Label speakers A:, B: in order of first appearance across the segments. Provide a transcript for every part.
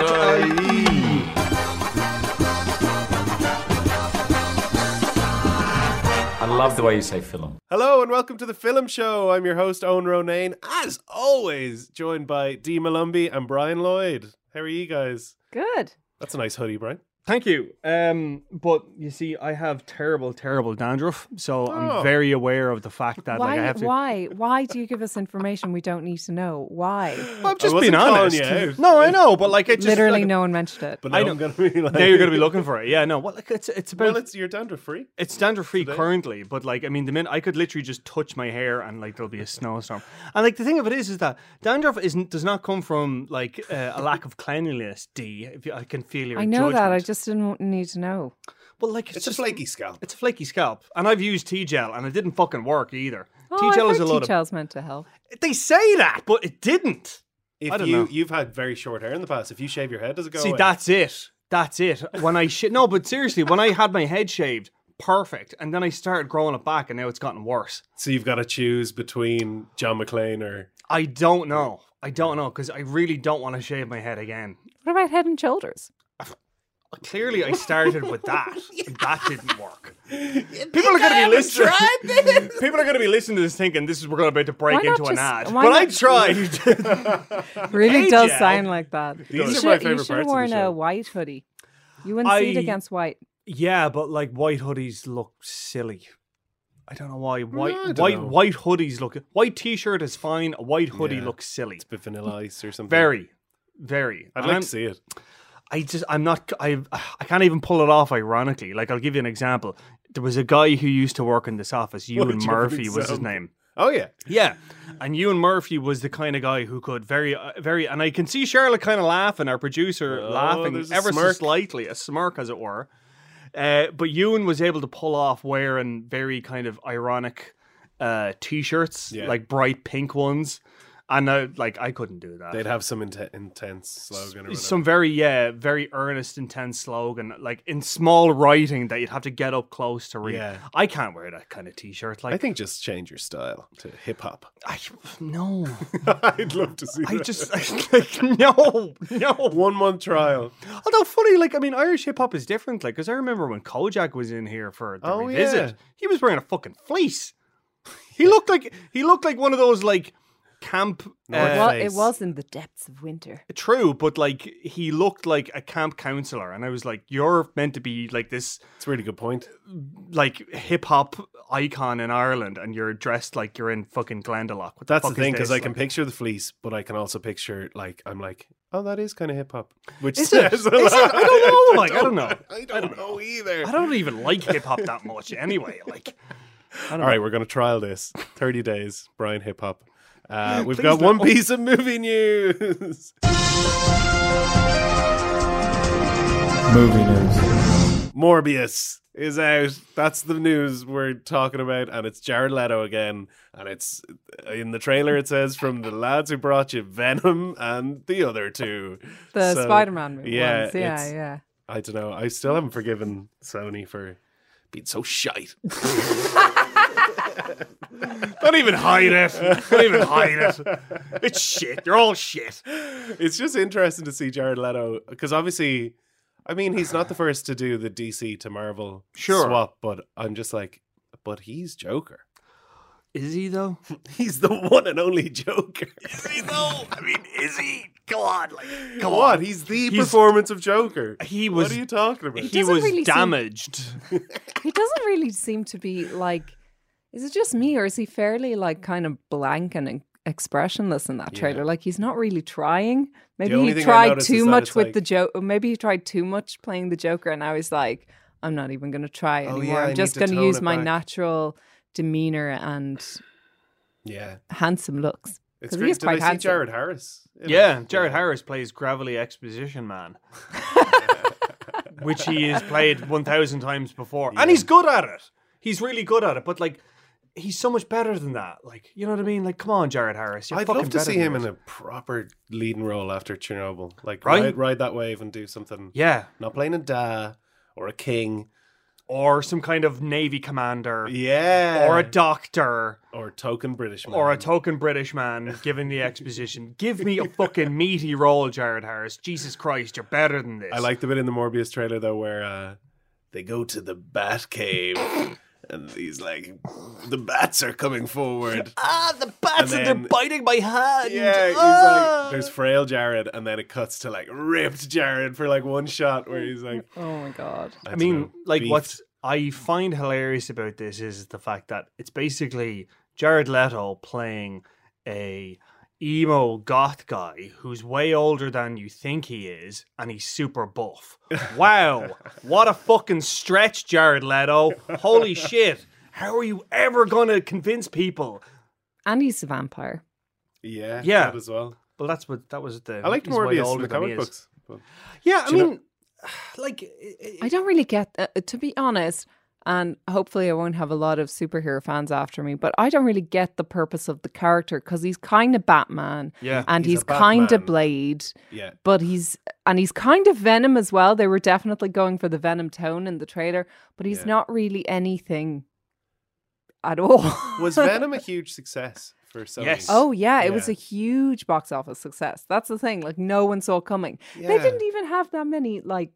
A: entertainment.ie.
B: I love the way you say film.
C: Hello and welcome to the Film Show. I'm your host Owen Ronayne, as always, joined by Dee Malumbi and Brian Lloyd. How are you guys?
D: Good.
C: That's a nice hoodie, Brian.
E: Thank you. Um, but you see, I have terrible, terrible dandruff, so
C: Oh.
E: I'm very aware of the fact that
D: why?
E: like I have to.
D: Why? Why do you give us information we don't need to know? Why?
E: I'm just
C: I wasn't
E: being
C: calling
E: honest.
C: you out.
E: No, I know, but like it just
D: Literally,
E: like,
D: no one mentioned it.
C: But now I
E: I
C: am
E: don't-
C: gonna be like,
E: Now you're going to be looking for it. Yeah, no. Well, like it's it's about
C: Well, it's you're dandruff free.
E: It's dandruff free
C: Today?
E: currently, but like I mean, the minute I could literally just touch my hair and like there'll be a snowstorm. And like the thing of it is, is that dandruff is does not come from like uh, a lack of cleanliness. D, if you, I can feel your.
D: I know that. I
E: judgment.
D: just didn't want- need to know.
E: well, like it's,
C: It's a
E: just
C: flaky scalp.
E: it's a flaky scalp, and I've used T gel, and it didn't fucking work either.
D: Oh,
E: T gel is a lot
D: T-gel's meant to help.
E: of. They say that, but it didn't.
C: If
E: I don't
C: you
E: know.
C: you've had very short hair in the past, if you shave your head, does it go?
E: See,
C: away?
E: that's it. That's it. When I sh- no, but seriously, when I had my head shaved, perfect, and then I started growing it back, and now it's gotten worse.
C: so you've got to choose between John McClane or
E: I don't know. I don't know because I really don't want to shave my head again.
D: What about head and shoulders?
E: Clearly, I started with that, and that didn't work. People are going to be listening. People are going to be listening to this thinking this is we're about to break
D: Why not
E: into an
D: just-
E: ad.
D: why
E: But
D: not-
E: I tried.
D: Really does
E: T-gel.
D: sound like that. you
C: are
D: should,
C: my favourite
D: You should
C: parts of
D: have
C: the
D: worn
C: show.
D: a white hoodie. You wouldn't
E: I-
D: see it against white.
E: yeah, but like white hoodies look silly. I don't know why white
C: I don't
E: white
C: know.
E: white hoodies look white t-shirt is fine. A white hoodie
C: Yeah.
E: looks silly.
C: bit vanilla ice or something.
E: Very, very.
C: I'd
E: And
C: like
E: I'm-
C: to see it.
E: I just I'm not I I can't even pull it off ironically. Like I'll give you an example. There was a guy who used to work in this office,
C: What
E: Ewan
C: do you have an
E: Murphy was his
C: example?
E: name.
C: Oh yeah.
E: Yeah. And Ewan Murphy was the kind of guy who could very uh, very and I can see Charlotte kind of laughing, our producer
C: Oh,
E: laughing
C: there's a
E: ever so
C: smirk.
E: slightly, a smirk as it were. Uh, but Ewan was able to pull off wearing very kind of ironic uh, t-shirts,
C: Yeah.
E: like bright pink ones. And I, like I couldn't do that
C: They'd have some inte- intense slogan or whatever.
E: some very yeah very earnest intense slogan like in small writing that you'd have to get up close to read
C: Yeah.
E: i can't wear that kind of t-shirt like
C: I think just change your style to hip hop.
E: I, no
C: I'd love to see.
E: i
C: that.
E: just like no no
C: one month trial.
E: although funny like i mean irish hip-hop is different like because i remember when kojak was in here for the
C: Oh,
E: revisit
C: yeah.
E: he was wearing a fucking fleece he looked like he looked like one of those like camp
C: North
E: uh,
D: Well,
C: face.
D: it was in the depths of winter.
E: True, but like he looked like a camp counselor, and I was like, "You're meant to be like this
C: It's a really good point.
E: like hip hop icon in Ireland and you're dressed like you're in fucking Glendalough. What
C: That's
E: fuck
C: the thing
E: is
C: because
E: this?
C: I can picture the fleece, but I can also picture like I'm like, oh, that is kind of hip hop. Which
E: Is it?
C: says a
E: Is it?
C: lot.
E: I don't know. Like, I don't know.
C: I don't know either.
E: I don't even like hip hop that much anyway. Like,
C: All right, we're gonna trial this. Thirty days, Brian hip hop. Uh, we've
E: Please
C: got
E: no.
C: one piece of movie news.
B: Movie news.
C: Morbius is out. That's the news we're talking about, and it's Jared Leto again. And it's in the trailer. It says from the lads who brought you Venom and the other two.
D: The
E: uh,
C: So,
D: Spider-Man ones.
C: yeah,
D: Yeah,
C: it's-
D: yeah.
C: I don't know. I still haven't forgiven Sony for being so
E: Oh,
C: shite.
E: don't even hide it. Don't even hide it. It's shit. You're all shit.
C: it's just interesting to see Jared Leto because obviously, I mean, he's not the first to do the DC to Marvel
E: Sure.
C: swap, but I'm just like, but he's Joker.
E: Is he though?
C: He's the one and only Joker.
E: Is he though? I mean, is he? Go on, like,
C: Come on, he's the
E: He's-
C: performance of Joker.
E: He
C: what
E: was.
C: are you talking about?
E: He
D: doesn't
E: was
D: really seem-
E: damaged.
D: He doesn't really seem to be like. Is it just me, or is he fairly like kind of blank and ex- expressionless in that
C: Yeah.
D: trailer? Like he's not really trying. Maybe
C: only
D: he
C: thing I
D: tried
C: noticed is
D: too
C: that
D: much
C: it's
D: with
C: like-
D: the joke. Maybe he tried too much playing the Joker, and I was like, I'm not even going to try
C: Oh,
D: anymore.
C: yeah, I
D: I'm
C: need
D: just
C: to
D: going
C: tone
D: to use
C: it
D: my
C: back."
D: natural demeanor and
C: yeah,
D: handsome looks.
C: it's
D: 'Cause he
C: great.
D: is
C: Did
D: quite
C: I see
D: handsome.
C: Jared Harris? in
E: Yeah,
C: it?
E: Jared Harris plays Gravelly Exposition Man, which he has played 1,000 times before. And he's good at it. He's really good at it. But, like, he's so much better than that. Like, you know what I mean? Like, come on, Jared Harris. You're
C: I'd
E: fucking
C: love to
E: better
C: see
E: than
C: him
E: this.
C: in a proper leading role after Chernobyl. Like
E: Right?
C: ride, ride that wave and do something.
E: Yeah.
C: Not playing a da or a king.
E: or some kind of navy commander
C: Yeah. Um,
E: or a doctor
C: or token British man.
E: or a token British man giving the exposition. Give me a fucking meaty role, Jared Harris. Jesus Christ, you're better than this.
C: I like the bit in the Morbius trailer though where uh, they go to the bat cave and he's like, the bats are coming forward.
E: ah the
C: And
E: bats and,
C: then-
E: they're biting my hand.
C: Yeah, he's
E: Ah!
C: like, there's frail Jared, and then it cuts to like ripped Jared for like one shot where he's like,
D: Oh my god.
E: I mean,
C: dunno,
E: like
C: beefed.
E: what's I find hilarious about this is the fact that it's basically Jared Leto playing a emo goth guy who's way older than you think he is, and he's super buff. Wow, what a fucking stretch, Jared Leto! Holy shit! How are you ever gonna convince people?
D: And he's a vampire.
C: yeah,
E: Yeah.
C: that as well.
E: Well, that's what that was the.
C: I liked
E: he's way
C: Morbius in
E: older
C: the
E: than he
C: comic
E: is.
C: books. but-
E: Yeah, I
C: Do you know-
E: mean, like, it-
D: I don't really get that, uh, to be honest. And hopefully, I won't have a lot of superhero fans after me. But I don't really get the purpose of the character because he's kind of Batman,
E: Yeah,
D: and
C: he's
D: he's,
C: a
D: kind
C: Batman.
D: of Blade,
C: Yeah,
D: but he's and he's kind of Venom as well. They were definitely going for the Venom tone in the trailer, but he's
C: Yeah.
D: not really anything at all.
C: was Venom a huge success for Sony?
E: Yes.
D: Oh yeah, it was
C: Yeah.
D: a huge box office success. That's the thing. Like no one saw it coming. They
C: Yeah.
D: didn't even have that many like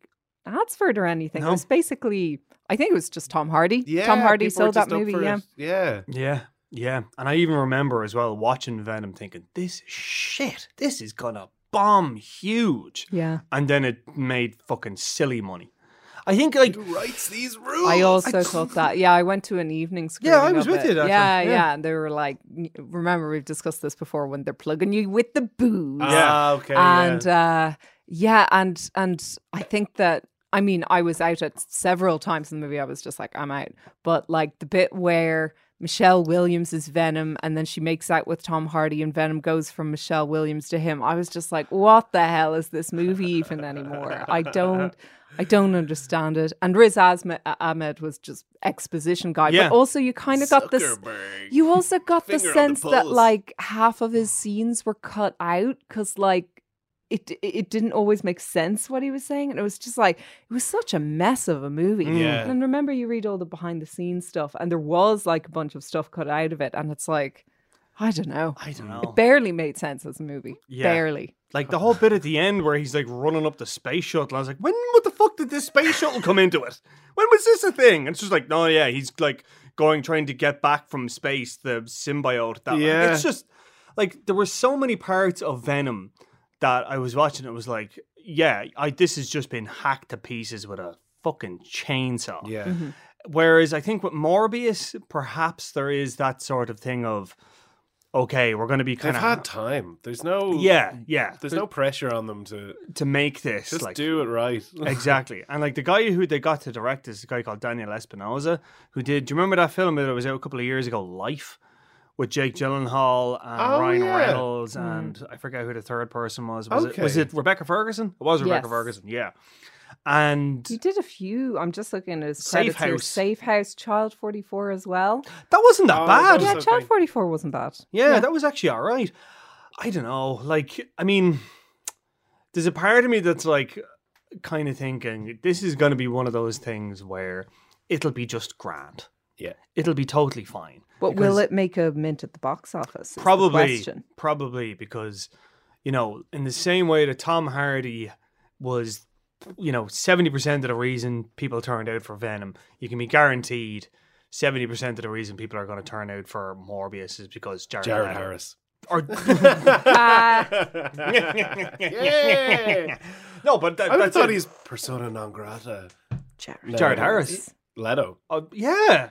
D: ads for it or anything.
E: No.
D: It was basically I think it was just Tom Hardy.
C: yeah,
D: Tom Hardy
C: people were
D: sold that
C: just up
D: movie,
C: for
D: yeah.
C: it. yeah.
E: Yeah, yeah. And I even remember as well watching Venom thinking, this is shit. This is gonna bomb huge.
D: Yeah.
E: And then it made fucking silly money. I think, like,
C: Who writes these rules?
D: I also thought that. Yeah, I went to an evening screening.
E: I was
D: of
E: with
D: it.
E: you that time,
D: Yeah,
E: yeah.
D: yeah, And they were like, "N- remember we've discussed this before when they're plugging you with the booze.
C: Ah, okay.
D: and
C: yeah.
D: uh, yeah, and and I think that I mean I was out at several times in the movie. I was just like I'm out, but like the bit where Michelle Williams is Venom, and then she makes out with Tom Hardy, and Venom goes from Michelle Williams to him. I was just like, what the hell is this movie even anymore? I don't. I don't understand it. And Riz Asma- Ahmed was just exposition guy,
E: Yeah.
D: but also you kind of got this
C: Zuckerberg.
D: you also got the
C: Finger on the
D: sense that
C: pulse.
D: like half of his scenes were cut out because like it, it it didn't always make sense what he was saying, and it was just like it was such a mess of a movie.
C: Mm. Yeah.
D: And remember, you read all the behind the scenes stuff, and there was like a bunch of stuff cut out of it, and it's like I don't know,
E: I don't know.
D: barely made sense as a movie,
E: Yeah.
D: barely.
E: Like, the whole bit at the end where he's like running up the space shuttle. I was like, when what the fuck did this space shuttle come into it? When was this a thing? And it's just like, no, yeah, he's like going, trying to get back from space, the symbiote. That
C: Yeah.
E: It's just like there were so many parts of Venom that I was watching. It was like, yeah, I this has just been hacked to pieces with a fucking chainsaw.
C: Yeah.
E: Whereas I think with Morbius, perhaps there is that sort of thing of, okay, we're going to be
C: They've
E: kind
C: had
E: of.
C: time. There's no.
E: Yeah, yeah.
C: There's no pressure on them to
E: To make this,
C: just
E: like,
C: do it right.
E: exactly. And like the guy who they got to direct is a guy called Daniel Espinosa, who did. Do you remember that film that was out a couple of years ago, Life, with Jake Gyllenhaal and
C: Oh,
E: Ryan
C: yeah.
E: Reynolds, and I forget who the third person was. Was it was
C: Okay.
E: it Rebecca Ferguson? It was Rebecca
D: Yes.
E: Ferguson. Yeah, and
D: He did a few. I'm just looking at his
E: Safe
D: credits here.
E: House.
D: Safe House, Child 44 as well.
E: that wasn't that
C: Oh,
E: bad.
C: that
D: yeah,
C: was
D: Child
C: okay.
D: 44 wasn't bad.
E: Yeah, that was actually all right. I don't know. Like, I mean, there's a part of me that's like kind of thinking this is going to be one of those things where it'll be just grand.
C: Yeah.
E: It'll be totally fine.
D: But will
E: because-
D: it make a mint at the box office? is the
E: Probably.
D: question.
E: Probably because, you know, in the same way that Tom Hardy was, you know, 70% of the reason people turned out for Venom, you can be guaranteed 70% of the reason people are going to turn out for Morbius is because Jared,
C: Jared
E: Leto-
C: Harris.
E: Or
C: Uh, yeah.
E: no, but that,
C: I would have
E: that's
C: thought
E: it.
C: he's persona non grata.
D: Jared,
E: Jared Harris.
C: Leto.
E: Uh, yeah. I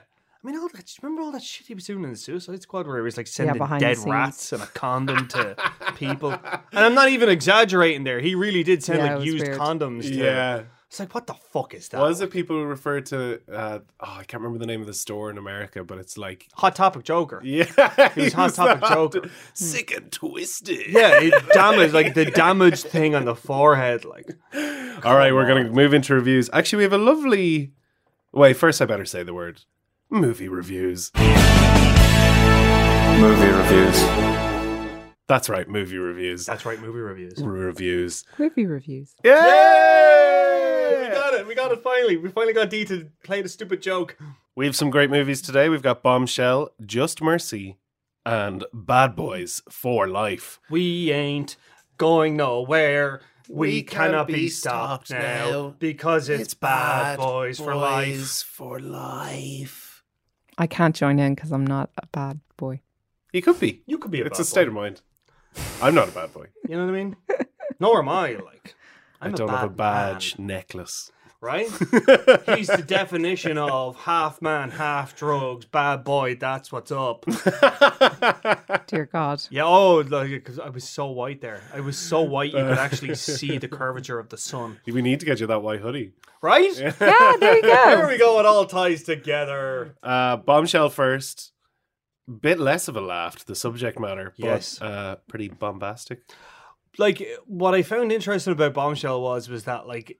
E: mean, all that, remember all that shit he was doing in the Suicide Squad where he was like sending
D: behind the
E: dead
D: scenes.
E: rats and a condom to people? And I'm not even exaggerating there. He really did send
D: Yeah, it
E: like
D: was
E: used
D: weird.
E: condoms to.
C: Yeah.
E: It's like, what the fuck is that?
C: Was it people who refer to, uh, oh, I can't remember the name of the store in America, but it's like,
E: Hot Topic Joker.
C: yeah.
E: He was Hot Topic Joker.
C: Sick and twisted.
E: Yeah, it damaged, like the damaged thing on the forehead. Like,
C: All right, we're going to move into reviews. Actually, we have a lovely. Wait, first I better say the word movie reviews.
B: Movie reviews.
C: That's right, movie reviews.
E: That's right, movie reviews.
C: Reviews.
D: Movie reviews.
C: Yay!
E: We got it. We got it finally. We finally got D to play the stupid joke.
C: We have some great movies today. We've got Bombshell, Just Mercy, and Bad Boys for Life.
E: We ain't going nowhere. We,
C: We can't
E: cannot
C: be
E: be, stopped,
C: stopped
E: now,
C: now.
E: because it's, bad, boys, for life.
C: for life.
D: I can't join in because I'm not a bad boy.
C: You could be.
E: You could be a
C: It's
E: bad
C: a state
E: boy.
C: of mind. I'm not a bad boy.
E: You know what I mean? Nor am I. Like
C: I'm
E: I'm
C: I do not have a
E: bad
C: badge
E: man,
C: necklace.
E: right? He's the definition of half man, half drugs, bad boy. That's what's up.
D: Dear God.
E: Yeah. Oh, because I was so white there. I was so white you could actually see the curvature of the sun.
C: we need to get you that white hoodie.
E: Right?
D: Yeah, there you
E: There
D: go.
E: we go. It all ties together.
C: Uh, bombshell first. Bit less of a laugh, to the subject matter, but
E: Yes.
C: uh, pretty bombastic.
E: like what I found interesting about Bombshell was was that like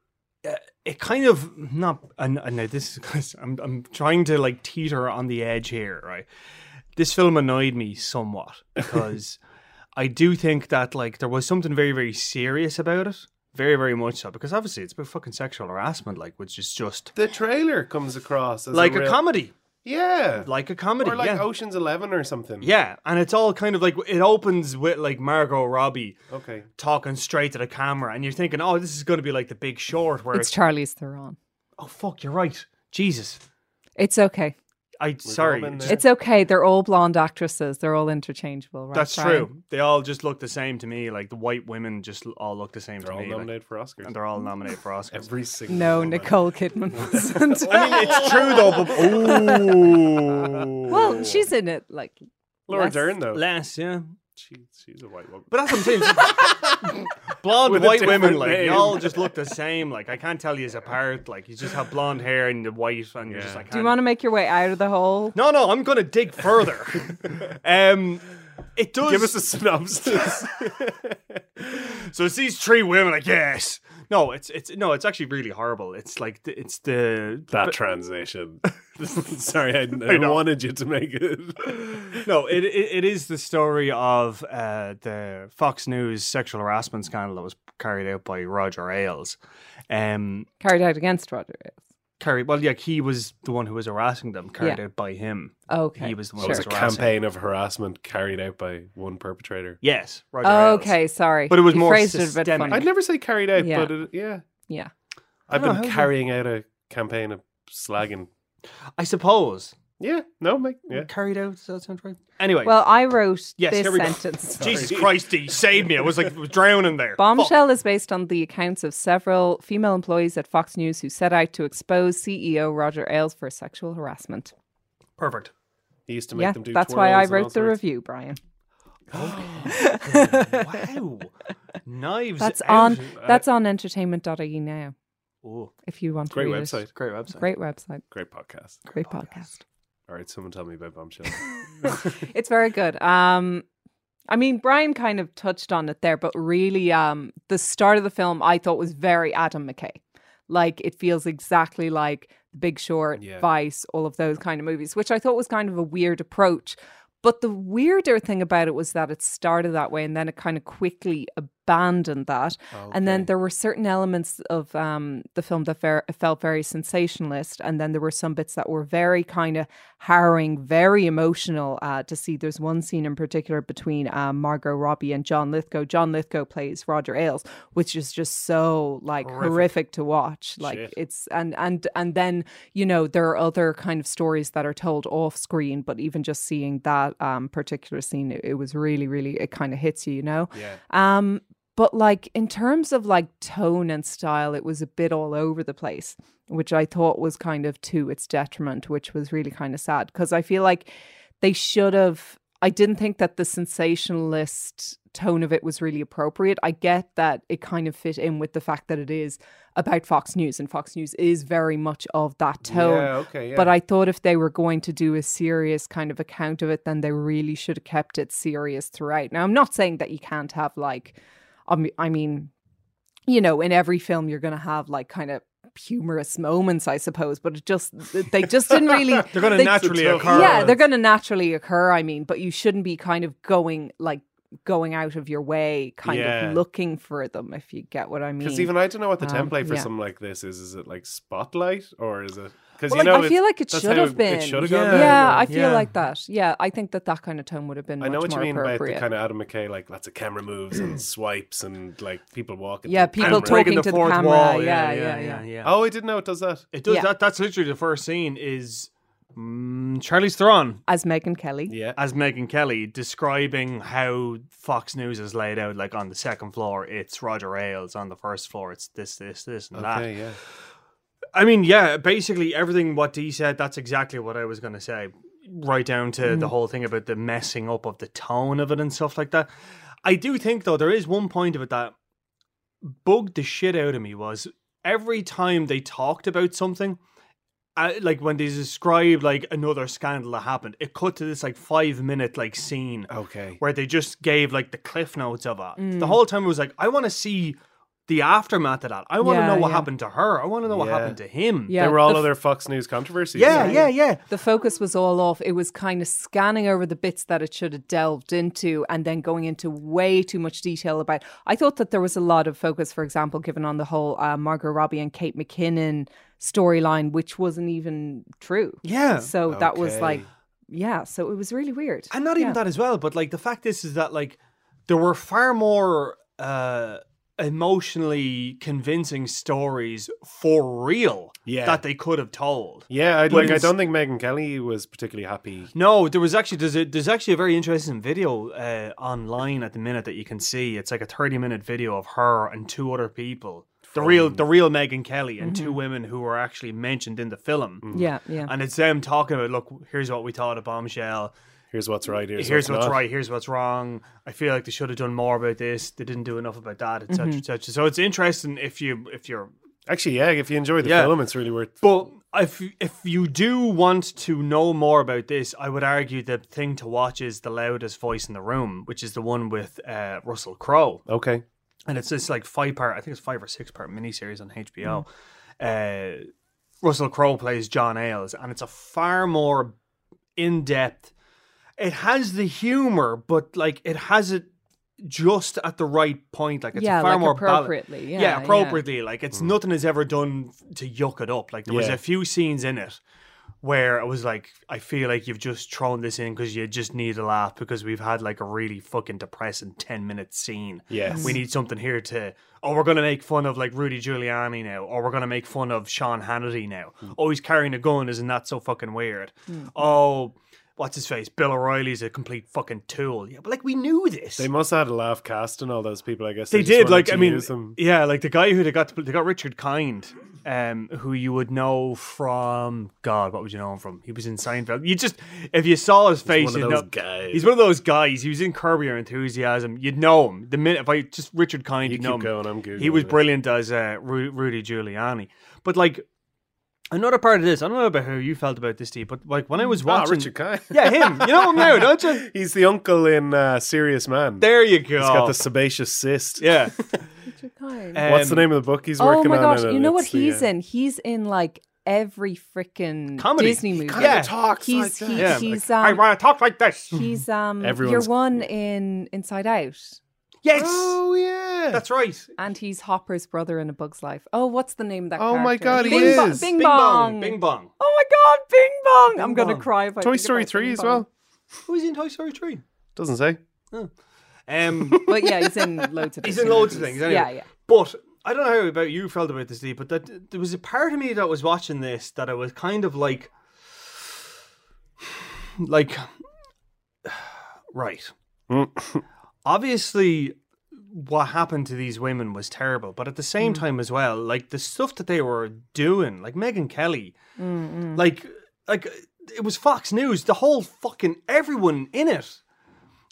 E: uh, it kind of not and, and now this is 'cause I'm I'm trying to like teeter on the edge here, right? This film annoyed me somewhat because I do think that like there was something very very serious about it, very very much so because obviously it's about fucking sexual harassment, like which is just
C: The trailer comes across as
E: like
C: a,
E: a,
C: real-
E: comedy,
C: yeah,
E: like a comedy,
C: or like
E: yeah.
C: Ocean's Eleven or something.
E: yeah, and it's all kind of like it opens with like Margot Robbie
C: Okay.
E: talking straight to the camera, and you're thinking, "Oh, this is going to be like The Big Short," where
D: It's
E: it's,
D: Charlie's Theron.
E: "Oh fuck, you're right, Jesus."
D: It's okay.
E: I
C: all
E: sorry,
C: been
E: it's-
C: there.
D: It's okay. They're all blonde actresses. They're all interchangeable. Right?
E: that's
D: Brian?
E: true. They all just look the same to me. Like the white women just l- all look the same
C: They're
E: to
C: all
E: me, like,
C: nominated for Oscars.
E: and they're all nominated for Oscars.
C: Every single
D: No,
C: one.
D: Nicole Kidman wasn't.
E: I mean, it's true though. But ooh,
D: well, she's in it. Like
C: Laura
D: Less-
C: Dern though.
E: less, yeah.
C: she, she's a white woman.
E: But that's what I'm saying. blonde
C: With a
E: white women,
C: different
E: like
C: name.
E: you all just look the same. Like I can't tell you apart. Like you just have blonde hair and the white, and you're just
C: Yeah.
E: like,
D: do you
E: "Can't
D: want to make your way out of the hole?
E: No, no, I'm gonna dig further. um, it does.
C: Give us a synopsis.
E: so it's these three women, I guess. No, it's it's no, it's actually really horrible. It's like the, it's the
C: that transition. Sorry, I, I
E: know.
C: wanted you to make it.
E: no, it, it it is the story of uh, the Fox News sexual harassment scandal that was carried out by Roger Ailes. Um,
D: Carried out against Roger. Ailes.
E: carried well, yeah, he was the one who was harassing them. Carried
D: Yeah.
E: out by him.
D: Okay.
E: He was the one
D: sure.
E: who was
C: It's a
E: harassing.
C: campaign of harassment carried out by one perpetrator.
E: Yes, Roger. Ailes.
D: Oh, Okay, sorry.
E: But it was
D: You
E: more
D: phrased It a bit
E: systemic.
D: funny.
C: I'd never say carried out,
D: Yeah.
C: but it, yeah,
D: Yeah.
C: I've
E: don't
C: been
E: know, how-
C: carrying out a campaign of slagging.
E: I suppose
C: Yeah, no, make yeah.
E: carried out. Does that sound right? Anyway,
D: Well, I wrote
E: Yes,
D: this
E: here we go.
D: sentence.
E: Jesus Christ, he saved me. I was like drowning there. Fuck.
D: Bombshell is based on the accounts of several female employees at Fox News who set out to expose CEO Roger Ailes for sexual harassment.
E: Perfect.
C: He used to make
D: Yeah,
C: them do.
D: that's why
C: twirls
D: I
C: and all
D: wrote the
C: sorts.
D: review, Brian.
E: wow. Knives.
D: That's on
E: out.
D: that's on entertainment.ie E now
E: Ooh,
D: if you want to
C: Great
D: read it.
C: website,
E: great website.
D: Great website.
C: great podcast.
D: Great podcast.
C: All right, someone tell me about bombshell.
D: It's very good. Um I mean Brian kind of touched on it there, but really um the start of the film I thought was very Adam McKay. Like it feels exactly like The Big Short,
C: Yeah.
D: Vice, all of those kind of movies, which I thought was kind of a weird approach. But the weirder thing about it was that it started that way and then it kind of quickly abandoned that. And then there were certain elements of um, the film that fer- felt very sensationalist. And then there were some bits that were very kind of harrowing, very emotional uh, to see. There's one scene in particular between uh, Margot Robbie and John Lithgow. John Lithgow plays Roger Ailes, which is just so like horrific, to watch. Like
C: Shit.
D: it's and and and then you know there are other kind of stories that are told off screen. But even just seeing that um, particular scene, it, it was really, really it kind of hits you, you know.
C: yeah,
D: Um, but like in terms of like tone and style, it was a bit all over the place, which I thought was kind of to its detriment, which was really kind of sad because I feel like they should have. I didn't think that the sensationalist tone of it was really appropriate. I get that it kind of fit in with the fact that it is about Fox News, and Fox News is very much of that tone.
C: yeah, okay, yeah.
D: But I thought if they were going to do a serious kind of account of it, then they really should have kept it serious throughout. Now, I'm not saying that you can't have like, I me- I mean, you know, in every film you're going to have like kind of humorous moments, I suppose. But it just they just didn't really.
E: They're going to
D: they-
E: naturally
C: tough-
E: occur.
D: Yeah, they're going to naturally occur. I mean, but you shouldn't be kind of going like going out of your way, kind
C: Yeah.
D: of looking for them, if you get what I mean.
C: Because even I don't know what the
D: Um,
C: template for
D: yeah.
C: something like this is. Is it like Spotlight or is it? Because
E: Well,
C: you
E: like,
C: know,
D: I feel
C: it's-
D: like it
C: that's
D: should
C: how
D: have been.
C: It should have
E: Yeah.
C: gone.
E: down
D: yeah,
E: there.
D: I feel
E: Yeah.
D: like that. Yeah, I think that that kind of tone would have been.
C: I know what
D: much
C: you
D: more
C: mean about the
D: appropriate.
C: kind of Adam McKay, like lots of camera moves and swipes and like people walking. to
D: Yeah,
C: the
D: people
C: camera.
D: talking
E: Breaking
D: to the
E: fourth
D: camera,
E: wall.
D: yeah,
E: yeah,
D: yeah,
E: yeah.
D: yeah.
E: yeah.
C: Oh, I didn't know it does that.
E: It does.
D: Yeah.
E: That, that's literally the first scene is mm, Charlie's Theron
D: as Megan Kelly.
C: Yeah,
E: as Megan Kelly describing how Fox News is laid out. Like on the second floor, it's Roger Ailes. On the first floor, it's this, this, this, and
D: Ah.
E: that.
C: okay, yeah.
E: I mean, yeah, basically everything what Dee said, that's exactly what I was going to say. Right down to the whole thing about the messing up of the tone of it and stuff like that. I do think, though, there is one point of it that bugged the shit out of me was every time they talked about something, I, like when they described like another scandal that happened, it cut to this like five minute like scene
C: Okay.
E: where they just gave like the cliff notes of it.
D: Mm.
E: The whole time it was like, I want to see the aftermath of that. I want to
D: Yeah,
E: know what
D: yeah.
E: happened to her. I want to know what
C: Yeah.
E: happened to him.
D: Yeah,
C: they were all
D: the f-
C: other Fox News controversies.
E: Yeah,
C: right?
E: yeah, yeah.
D: The focus was all off. It was kind of scanning over the bits that it should have delved into and then going into way too much detail about. I thought that there was a lot of focus, for example, given on the whole uh, Margot Robbie and Kate McKinnon storyline, which wasn't even true.
E: Yeah.
D: So that was
C: Okay.
D: like, yeah. So it was really weird.
E: And not even
D: Yeah.
E: that as well, but like the fact is is that like there were far more uh emotionally convincing stories for real
C: Yeah.
E: that they could have told.
C: Yeah, I,
E: But
C: like I
E: it's-
C: don't think Megan Kelly was particularly happy.
E: No, there was actually there's a, there's actually a very interesting video uh, online at the minute that you can see. It's like a 30 minute video of her and two other people. The real the real Megan Kelly and two women who were actually mentioned in the film.
D: Yeah, yeah.
E: And it's them talking about look, here's what we thought of Bombshell.
C: Here's what's right. Here's,
E: here's what's
C: not.
E: right, here's what's wrong. I feel like they should have done more about this. They didn't do enough about that, etc., etc. So it's interesting if you if you're
C: Actually, yeah. If you enjoy the
E: Yeah.
C: film, it's really worth.
E: but if if you do want to know more about this, I would argue the thing to watch is the loudest voice in the room, which is the one with uh, Russell Crowe,
C: Okay.
E: and it's this like five part, I think it's five or six part miniseries on HBO.
D: Mm.
E: Uh, Russell Crowe plays John Ailes, and it's a far more in depth. It has the humor, but like it has it just at the right point. Like it's
D: yeah,
E: a far
D: like
E: more balanced
D: appropriately. yeah,
E: yeah, appropriately. Like it's nothing is ever done f- to yuck it up. Like there was
C: Mm. Yeah.
E: a few scenes in it where I was like, I feel like you've just thrown this in because you just need a laugh because we've had like a really fucking depressing ten minute scene.
C: Yes.
E: We need something here to oh we're gonna make fun of like Rudy Giuliani now, or we're gonna make fun of Sean Hannity now. Oh he's carrying a gun, isn't that so fucking weird? Oh what's his face? Bill O'Reilly's a complete fucking tool. Yeah, but like we knew this.
C: They must have had a laugh casting all those people. I guess
E: They
C: just
E: did,
C: wanted
E: like
C: to
E: I mean,
C: use them.
E: yeah, like the guy who they got to, they got Richard Kind, um, who you would know from God, what would you know him from? He was in Seinfeld. You just if you saw his face,
C: one of
E: you'd
C: those
E: know,
C: guys.
E: He's one of those guys. He was in Curb Your Enthusiasm. You'd know him the minute if I just Richard Kind.
C: You
E: would
C: keep
E: know him.
C: going, I'm
E: He was
C: Googling it.
E: brilliant as uh, Ru- Rudy Giuliani, but like. Another part of this, I don't know about how you felt about this, Steve, but like when I was
C: Ah,
E: watching,
C: Richard Kind.
E: yeah, him, you know him now, don't you?
C: He's the uncle in uh, Serious Man.
E: There you go.
C: He's got the sebaceous cyst.
E: yeah.
C: What's the
E: Um,
C: name of the book he's
D: Oh
C: working
D: my
C: on?
D: gosh!
C: and
D: You know what
C: it's the,
D: he's
C: uh,
D: in? He's in like every freaking
E: Comedy.
D: Disney movie.
E: kinda Yeah.
C: talks
D: he's
C: like that.
D: he-
E: Yeah,
D: he's
E: I
D: um,
E: want to talk like this.
D: he's um your
C: Mm. Everyone's-
D: one in Inside Out,
E: Yes,
C: Oh yeah.
E: that's right.
D: and he's Hopper's brother in A Bug's Life. Oh, what's the name of that?
C: Oh my
D: character?
C: God, he
D: Bing Bo-
C: is.
D: Bing, Bong.
E: Bing Bong.
D: Oh my God, Bing Bong! I'm gonna
E: Bong.
D: cry. If I
C: Toy
D: think
C: Story
D: about
C: three
D: Bing
C: as
D: Bong.
C: well.
E: Who's in Toy Story 3?
C: Doesn't say.
E: Um,
D: But yeah, he's in loads of.
E: he's in
D: Disney
E: loads of
D: movies.
E: things. Anyway.
D: Yeah, yeah.
E: But I don't know how about you felt about this, Lee, but that there was a part of me that was watching this that I was kind of like, like, right. Obviously, what happened to these women was terrible, but at the same
D: Mm.
E: time as well, like the stuff that they were doing, like Megan Kelly, like like it was Fox News, the whole fucking everyone in it.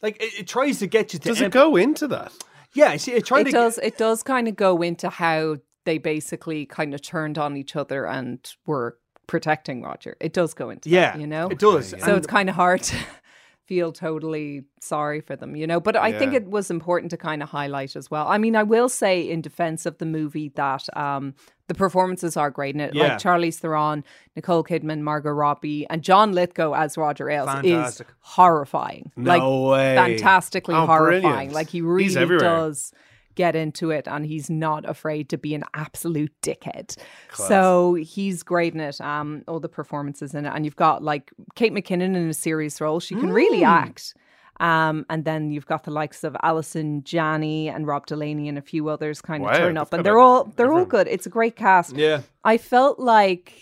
E: Like it, it tries to get you to
C: Does
E: em-
C: it go into that?
E: Yeah, I see it tried
D: It
E: to
D: does. It does kind of go into how they basically kind of turned on each other and were protecting Roger. It does go into.
E: Yeah.
D: that, you know.
E: It does.
D: So
E: and-
D: it's kind of hard to feel totally sorry for them, you know. But I think
C: Yeah.
D: it was important to kind of highlight as well. I mean, I will say in defense of the movie that um, the performances are great in it.
E: Yeah.
D: Like Charlize Theron, Nicole Kidman, Margot Robbie, and John Lithgow as Roger Ailes
E: Fantastic.
D: is horrifying.
C: No
D: like
C: way.
D: fantastically
C: Oh,
D: horrifying.
C: brilliant.
D: Like he
C: He's
D: really
C: everywhere.
D: does get into it and he's not afraid to be an absolute dickhead. So he's great in it. Um all the performances in it. And you've got like Kate McKinnon in a serious role. She can
C: Mm.
D: really act. Um, and then you've got the likes of Alison Janney and Rob Delaney and a few others kind
C: Wow,
D: of turn
C: they've
D: up, and
C: got
D: they're
C: a-
D: all they're all
C: everyone.
D: good. It's a great cast.
E: Yeah.
D: I felt like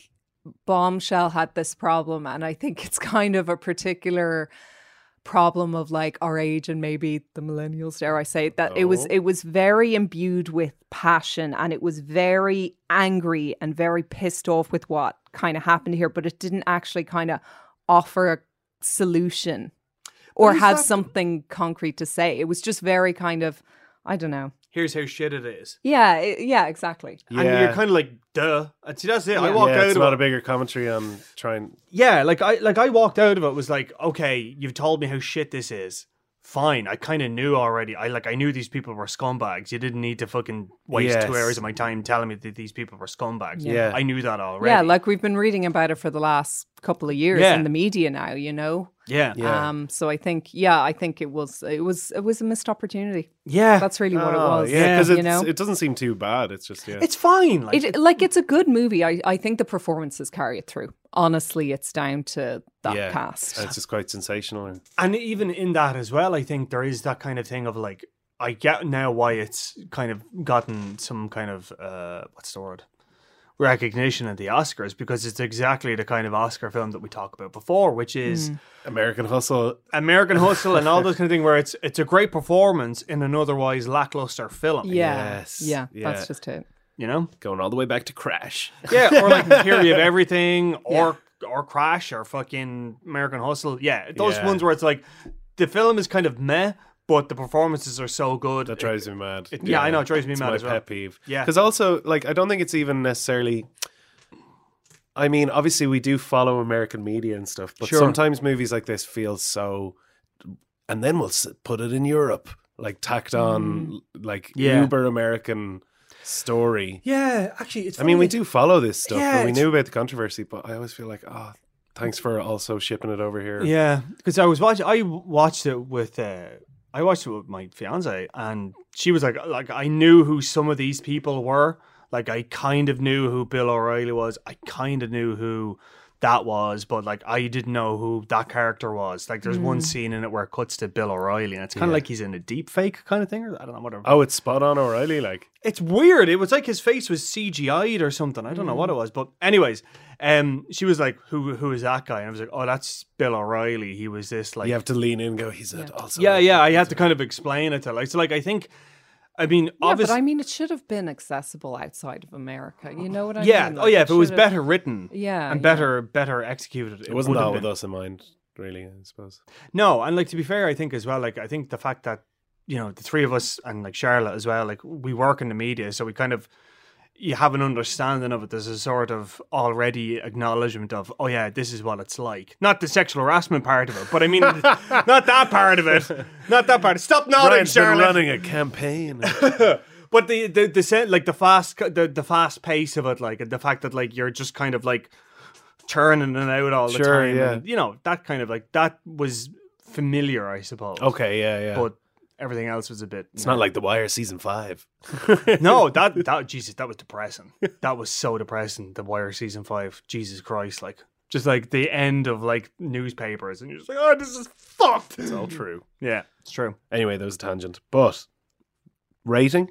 D: Bombshell had this problem, and I think it's kind of a particular problem of like our age and maybe the millennials dare I say it, that it was
C: Oh.
D: it was very imbued with passion and it was very angry and very pissed off with what kind of happened here but it didn't actually kind of offer a solution or
E: is
D: have
E: that-
D: something concrete to say it was just very kind of I don't know
E: Here's how shit it is.
D: yeah it- yeah exactly
E: And you're kind of like, duh. And see, that's it. I
D: Yeah.
E: walked
C: yeah,
E: out
C: it's
E: of
C: not
E: it.
C: a bigger commentary on trying.
E: yeah, like I like I walked out of it was like, okay, you've told me how shit this is. Fine, I kind of knew already. I like I knew these people were scumbags. You didn't need to fucking waste two
C: Yes.
E: hours of my time telling me that these people were scumbags.
C: Yeah.
E: I knew that already.
D: Yeah, like we've been reading about it for the last couple of years
E: Yeah.
D: in the media now, you know.
E: yeah,
C: Yeah.
D: Um so I think yeah, I think it was it was it was a missed opportunity.
E: yeah.
D: That's really what it
E: Oh,
D: was.
C: Oh, yeah, because
D: you know.
C: it doesn't seem too bad. It's just yeah,
E: it's fine. Like,
D: It, like it's a good movie. I, I think the performances carry it through. Honestly, it's down to that
C: Yeah.
D: cast.
E: Uh,
C: it's just quite sensational. and-
E: and even in that as well, I think there is that kind of thing of like, I get now why it's kind of gotten some kind of uh, what's the word recognition at the Oscars because it's exactly the kind of Oscar film that we talked about before, which is.
C: American Hustle.
E: American Hustle and all those kind of thing, where it's it's a great performance in an otherwise lackluster film.
D: yeah.
C: Yes.
D: Yeah,
C: Yeah.
D: that's just it.
E: you know.
C: Going all the way back to Crash.
E: Yeah, or like the theory of everything, or or Crash, or fucking American Hustle. Yeah, those
C: Yeah.
E: ones where it's like the film is kind of meh, but the performances are so good.
C: That drives me mad.
E: It- yeah, I know, it drives me
C: it's
E: mad
C: my
E: as well.
C: pet peeve.
E: Yeah.
C: because also like I don't think it's even necessarily. I mean, obviously we do follow American media and stuff, but
E: Sure.
C: sometimes movies like this feel so. And then we'll s- put it in Europe, like tacked on, like
E: Mm. Yeah.
C: uber American story.
E: yeah, actually, it's.
C: I mean, we do follow this stuff,
E: Yeah,
C: and we
E: it's-
C: knew about the controversy, but I always feel like, oh, thanks for also shipping it over here.
E: Yeah, because I was watching. I watched it with. Uh, I watched it with my fiance, and she was like, like I knew who some of these people were. Like I kind of knew who Bill O'Reilly was. I kind of knew who that was, but like I didn't know who that character was. Like there's
C: Mm.
E: one scene in it where it cuts to Bill O'Reilly, and it's kind of like he's in a deep fake kind of thing, or I don't know whatever.
C: Oh, it's spot on, O'Reilly. Like,
E: It's weird. It was like his face was CGI'd or something. I don't know what
D: Mm.
E: it was, but anyways, um, she was like, "Who who is that guy?" And I was like, "Oh, that's Bill O'Reilly. He was this like
C: you have to lean in, and go. He's it also.
E: yeah, yeah, I had to kind of explain it to like so like I think I mean
D: Yeah, but
E: obviously
D: I mean it should have been accessible outside of America. You know what I
E: yeah,
D: mean?
E: oh
D: Like,
E: yeah, if it was
D: should have-
E: better written
D: Yeah,
E: and
D: yeah.
E: better better executed,
C: It wasn't
E: would have
C: all with
E: been.
C: us in mind, really. I suppose.
E: No, and like to be fair, I think as well, like I think the fact that you know the three of us and like Charlotte as well, like we work in the media, so we kind of you have an understanding of it. There's a sort of already acknowledgement of, oh yeah, this is what it's like. Not the sexual harassment part of it, but I mean, not that part of it. Not that part. Stop nodding,
C: Brian's been
E: Charlotte.
C: running a campaign.
E: But the the the set, like the fast the the fast pace of it, like and the fact that like you're just kind of like turning and out all the
C: Sure,
E: time,
C: yeah.
E: and, you know that kind of like that was familiar, I suppose.
C: okay, yeah, yeah.
E: but everything else was a bit.
C: it's not like The Wire season five.
E: no, that that Jesus, that was depressing. That was so depressing. The Wire season five, Jesus Christ, like just like the end of like newspapers, and you're just like, oh, this is fucked.
C: It's all true.
E: Yeah, it's true.
C: Anyway, there was a tangent, but rating.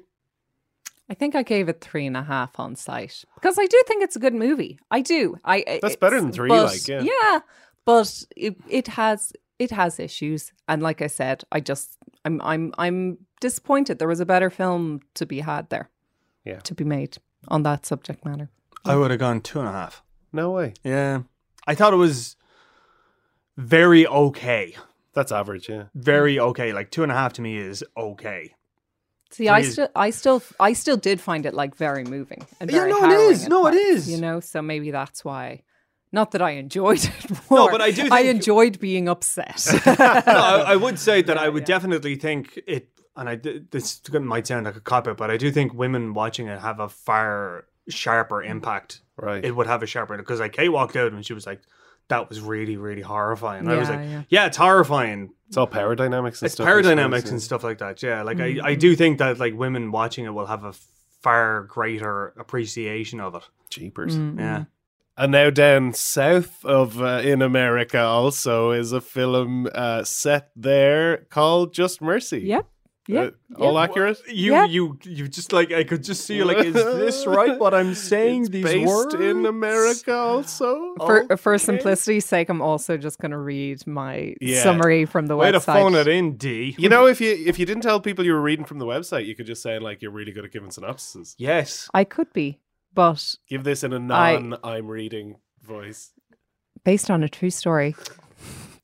D: I think I gave it three and a half on site because I do think it's a good movie. I do. I I-
C: That's better
D: it's-
C: than three,
D: but-
C: like, yeah.
D: but it, it has it has issues, and like I said, I just I'm I'm I'm disappointed. There was a better film to be had there,
C: Yeah.
D: to be made on that subject matter.
E: I would have gone two and a half.
C: No way.
E: Yeah. I thought it was very okay.
C: That's average. Yeah.
E: Very okay. Like two and a half to me is okay.
D: See, I
E: Three is-
D: still I still I still did find it like very moving. And
E: Yeah,
D: very
E: no, it
D: harrowing
E: is.
D: at
E: No, it
D: parts,
E: is.
D: You know, so maybe that's why. Not that I enjoyed it more.
E: No, but I do
D: I
E: think-
D: enjoyed being upset.
E: No, I, I would say that I
D: Yeah,
E: would
D: yeah.
E: definitely think it, and I d- this might sound like a cop out, but I do think women watching it have a far sharper impact.
C: Right.
E: It would have a sharper because like Kate walked out and she was like, "That was really, really horrifying." I was
D: Yeah,
E: like,
D: yeah.
E: "Yeah, it's horrifying,
C: it's all power dynamics and
E: it's
C: stuff.
E: power
C: I suppose,
E: dynamics
C: yeah.
E: and stuff like that. Yeah, like I, I do think that like women watching it will have a far greater appreciation of it.
C: Jeepers.
D: Mm,
E: Yeah,
C: And now down south of uh, in America also is a film uh, set there called Just Mercy.
D: Yep.
C: Uh,
D: Yep.
C: all accurate.
E: you
D: Yeah.
E: you you just like I could just see you like is this right? What I'm saying
C: It's
E: these
C: based
E: words Oh.
C: in America also.
D: For, uh, for
C: Okay.
D: simplicity's sake, I'm also just going to read my
C: Yeah.
D: summary from the
E: Way
D: website.
E: to phone it in, D.
C: You know, if you if you didn't tell people you were reading from the website, you could just say like you're really good at giving synopses.
E: Yes.
D: I could be, but
C: Give this in a
D: I-
C: non I, am reading voice.
D: based on a true story.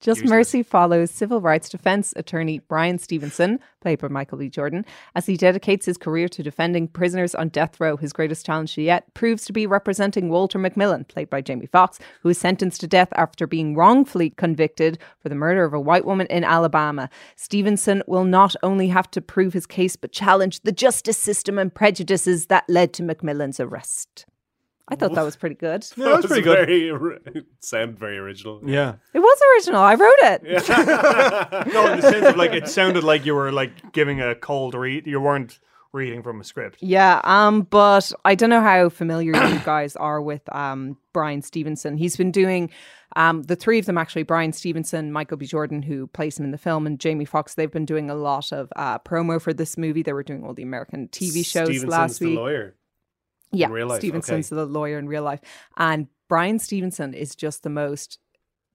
D: Just
C: Useless.
D: Mercy follows civil rights defense attorney Brian Stevenson, played by Michael B. Jordan, as he dedicates his career to defending prisoners on death row. His greatest challenge yet proves to be representing Walter McMillan, played by Jamie Foxx, who is sentenced to death after being wrongfully convicted for the murder of a white woman in Alabama. Stevenson will not only have to prove his case, but challenge the justice system and prejudices that led to McMillan's arrest. I thought that was pretty good.
E: Yeah, that was pretty good.
C: Very, ori- sound very original.
E: Yeah.
D: It was original. I wrote it.
E: No, in the sense of like it sounded like you were like giving a cold read. You weren't reading from a script.
D: Yeah, um, but I don't know how familiar you guys are with um Brian Stevenson. He's been doing um the three of them actually, Brian Stevenson, Michael B. Jordan, who plays him in the film, and Jamie Foxx, they've been doing a lot of uh promo for this movie. They were doing all the American TV shows
C: Stevenson's
D: last
C: the
D: week.
C: lawyer.
D: yeah,
C: real life,
D: Stevenson's the lawyer in real life. And Brian Stevenson is just the most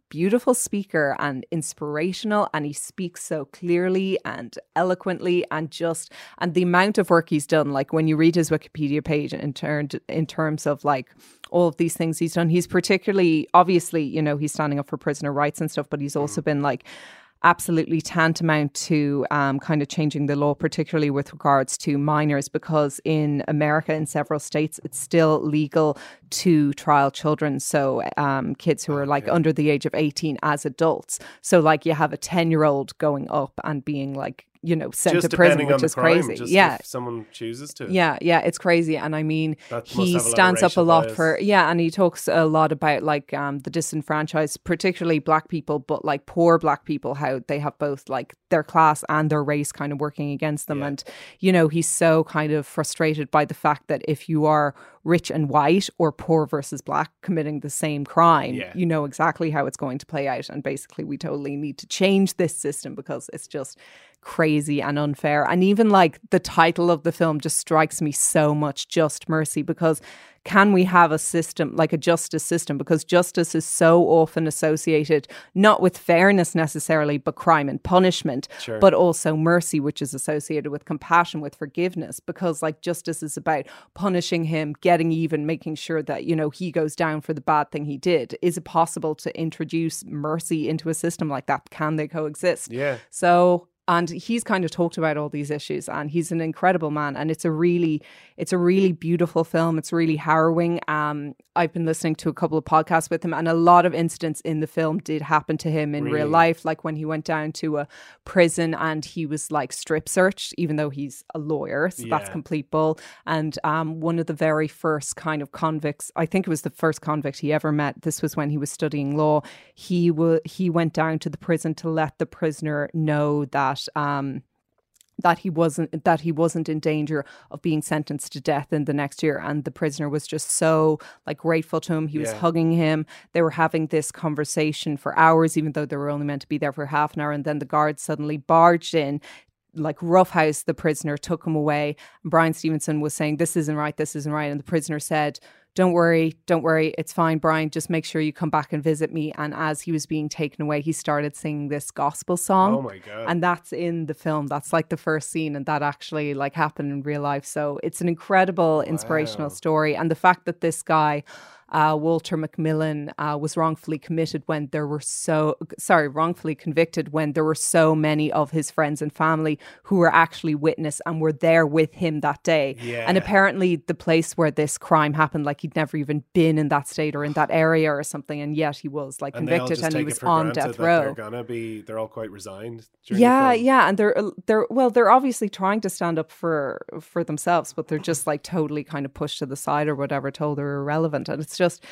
D: beautiful speaker and inspirational and he speaks so clearly and eloquently and just and the amount of work he's done like when you read his wikipedia page in turned in terms of like all of these things he's done he's particularly obviously you know he's standing up for prisoner rights and stuff but
C: Mm-hmm.
D: he's also been like absolutely tantamount to um, kind of changing the law particularly with regards to minors because in america in several states it's still legal to trial children so um, kids who are like under the age of 18 as adults so like you have a 10 year old going up and being like you know sent
C: Just
D: to prison
C: depending on
D: which
C: the
D: is
C: crime,
D: crazy
C: just
D: yeah
C: if someone chooses to.
D: yeah, yeah, it's crazy. And I mean,
C: That must
D: he
C: have a lot of
D: stands up a
C: racial
D: lot
C: bias.
D: for yeah, and he talks a lot about like um the disenfranchised, particularly black people, but like poor black people, how they have both like their class and their race kind of working against them. And you know, he's so kind of frustrated by the fact that if you are rich and white or poor versus black committing the same crime,
C: Yeah.
D: you know exactly how it's going to play out. And basically, we totally need to change this system because it's just crazy and unfair. And even like the title of the film just strikes me so much just mercy because can we have a system like a justice system? Because justice is so often associated not with fairness necessarily, but crime and punishment, but also mercy, which is associated with compassion, with forgiveness. Because like justice is about punishing him, getting even, making sure that, you know, he goes down for the bad thing he did. Is it possible to introduce mercy into a system like that? Can they coexist?
C: Yeah.
D: So and he's kind of talked about all these issues and he's an incredible man and it's a really it's a really beautiful film it's really harrowing um i've been listening to a couple of podcasts with him and a lot of incidents in the film did happen to him in real life like when he went down to a prison and he was like strip searched even though he's a lawyer so that's
C: Yeah.
D: complete bull and um one of the very first kind of convicts i think it was the first convict he ever met this was when he was studying law he wa he went down to the prison to let the prisoner know that um that he wasn't that he wasn't in danger of being sentenced to death in the next year and the prisoner was just so like grateful to him he was
C: Yeah.
D: hugging him they were having this conversation for hours even though they were only meant to be there for half an hour and then the guards suddenly barged in like roughhouse the prisoner took him away and brian stevenson was saying this isn't right this isn't right and the prisoner said don't worry don't worry it's fine brian just make sure you come back and visit me and as he was being taken away he started singing this gospel song
C: Oh my god.
D: and that's in the film that's like the first scene and that actually like happened in real life so it's an incredible inspirational
C: Wow.
D: story and the fact that this guy uh, Walter Macmillan uh, was wrongfully committed when there were so sorry wrongfully convicted when there were so many of his friends and family who were actually witness and were there with him that day.
C: Yeah.
D: And apparently, the place where this crime happened, like he'd never even been in that state or in that area or something, and yet he was like
C: and they all
D: convicted
C: just
D: and he
C: take it
D: was
C: for
D: on
C: granted
D: death
C: that
D: row.
C: They're gonna be. They're all quite resigned. during the
D: Yeah,
C: film.
D: yeah, and they're uh, they're well, they're obviously trying to stand up for for themselves, but they're just like totally kind of pushed to the side or whatever, told they're irrelevant, and it's just,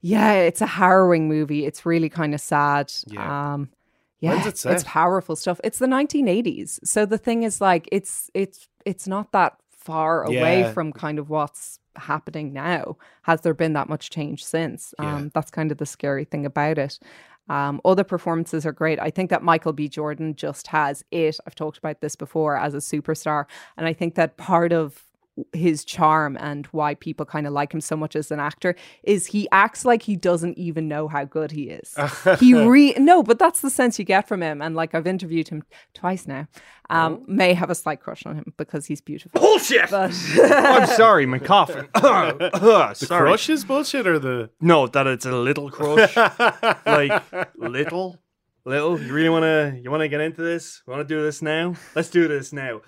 D: yeah, it's a harrowing movie. It's really kind of sad.
C: Yeah.
D: Um, yeah,
C: When's it
D: it's
C: set?
D: powerful stuff. It's the 1980s, so the thing is like it's it's it's not that far away
C: Yeah.
D: from kind of what's happening now. Has there been that much change since?
C: Yeah.
D: Um, that's kind of the scary thing about it. Um, other performances are great. I think that Michael B. Jordan just has it. I've talked about this before as a superstar. And I think that part of his charm and why people kind of like him so much as an actor is he acts like he doesn't even know how good he is. he re no, but that's the sense you get from him. And like I've interviewed him twice now.
C: Oh.
D: Um, may have a slight crush on him because he's beautiful.
E: Bullshit! Oh, I'm sorry, my coughing. sorry.
C: The crush is bullshit or the
E: No, that it's a little crush. like little, little. You really wanna you wanna get into this? Wanna do this now? Let's do this now.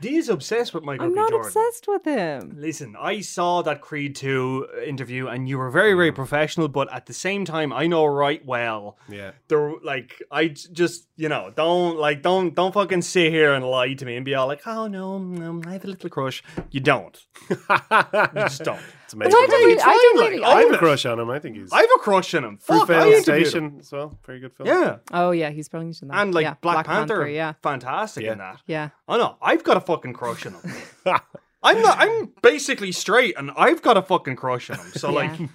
E: Dee's obsessed with Michael
D: I'm
E: B.
D: not
E: Jordan.
D: obsessed with him.
E: Listen, I saw that Creed 2 interview and you were very,
C: Mm.
E: very professional, but at the same time, I know right well
C: yeah.
E: there like I j- just you know don't like don't don't fucking sit here and lie to me and be all like oh no um, I have a little crush you don't you just don't
C: It's
D: But
C: amazing.
D: I don't,
E: you
D: really- I
E: trying,
D: don't
E: like?
D: really.
E: I
C: I have a
E: would-
C: crush on him. I think he's
E: I have a crush on him
C: Fruitvale
E: Fuck, I interviewed him.
C: Station as well. Very good film.
E: yeah
D: Oh yeah, he's brilliant in that.
E: and like
D: Yeah,
E: Black, Panther,
D: Yeah,
E: fantastic in that
D: yeah.
E: oh no I've got a fucking crush on him I'm not, I'm basically straight and I've got a fucking crush on him so like
D: Yeah.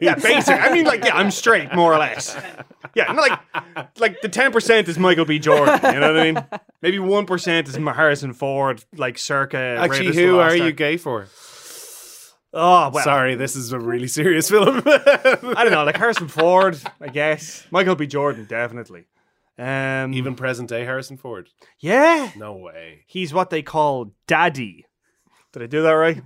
E: Yeah, basic. I mean, like, yeah, I'm straight, more or less. Yeah, not like, like the ten percent is Michael B. Jordan. You know what I mean? Maybe one percent is Harrison Ford, like circa.
C: Actually,
E: Raiders of
C: who
E: the Lost
C: are you
E: Ark.
C: gay for?
E: Oh well,
C: Sorry, this is a really serious film.
E: I don't know. Like Harrison Ford, I guess. Michael B. Jordan, definitely. Um,
C: Even present day Harrison Ford.
E: yeah,
C: No way.
E: he's what they call daddy. Did I do that right?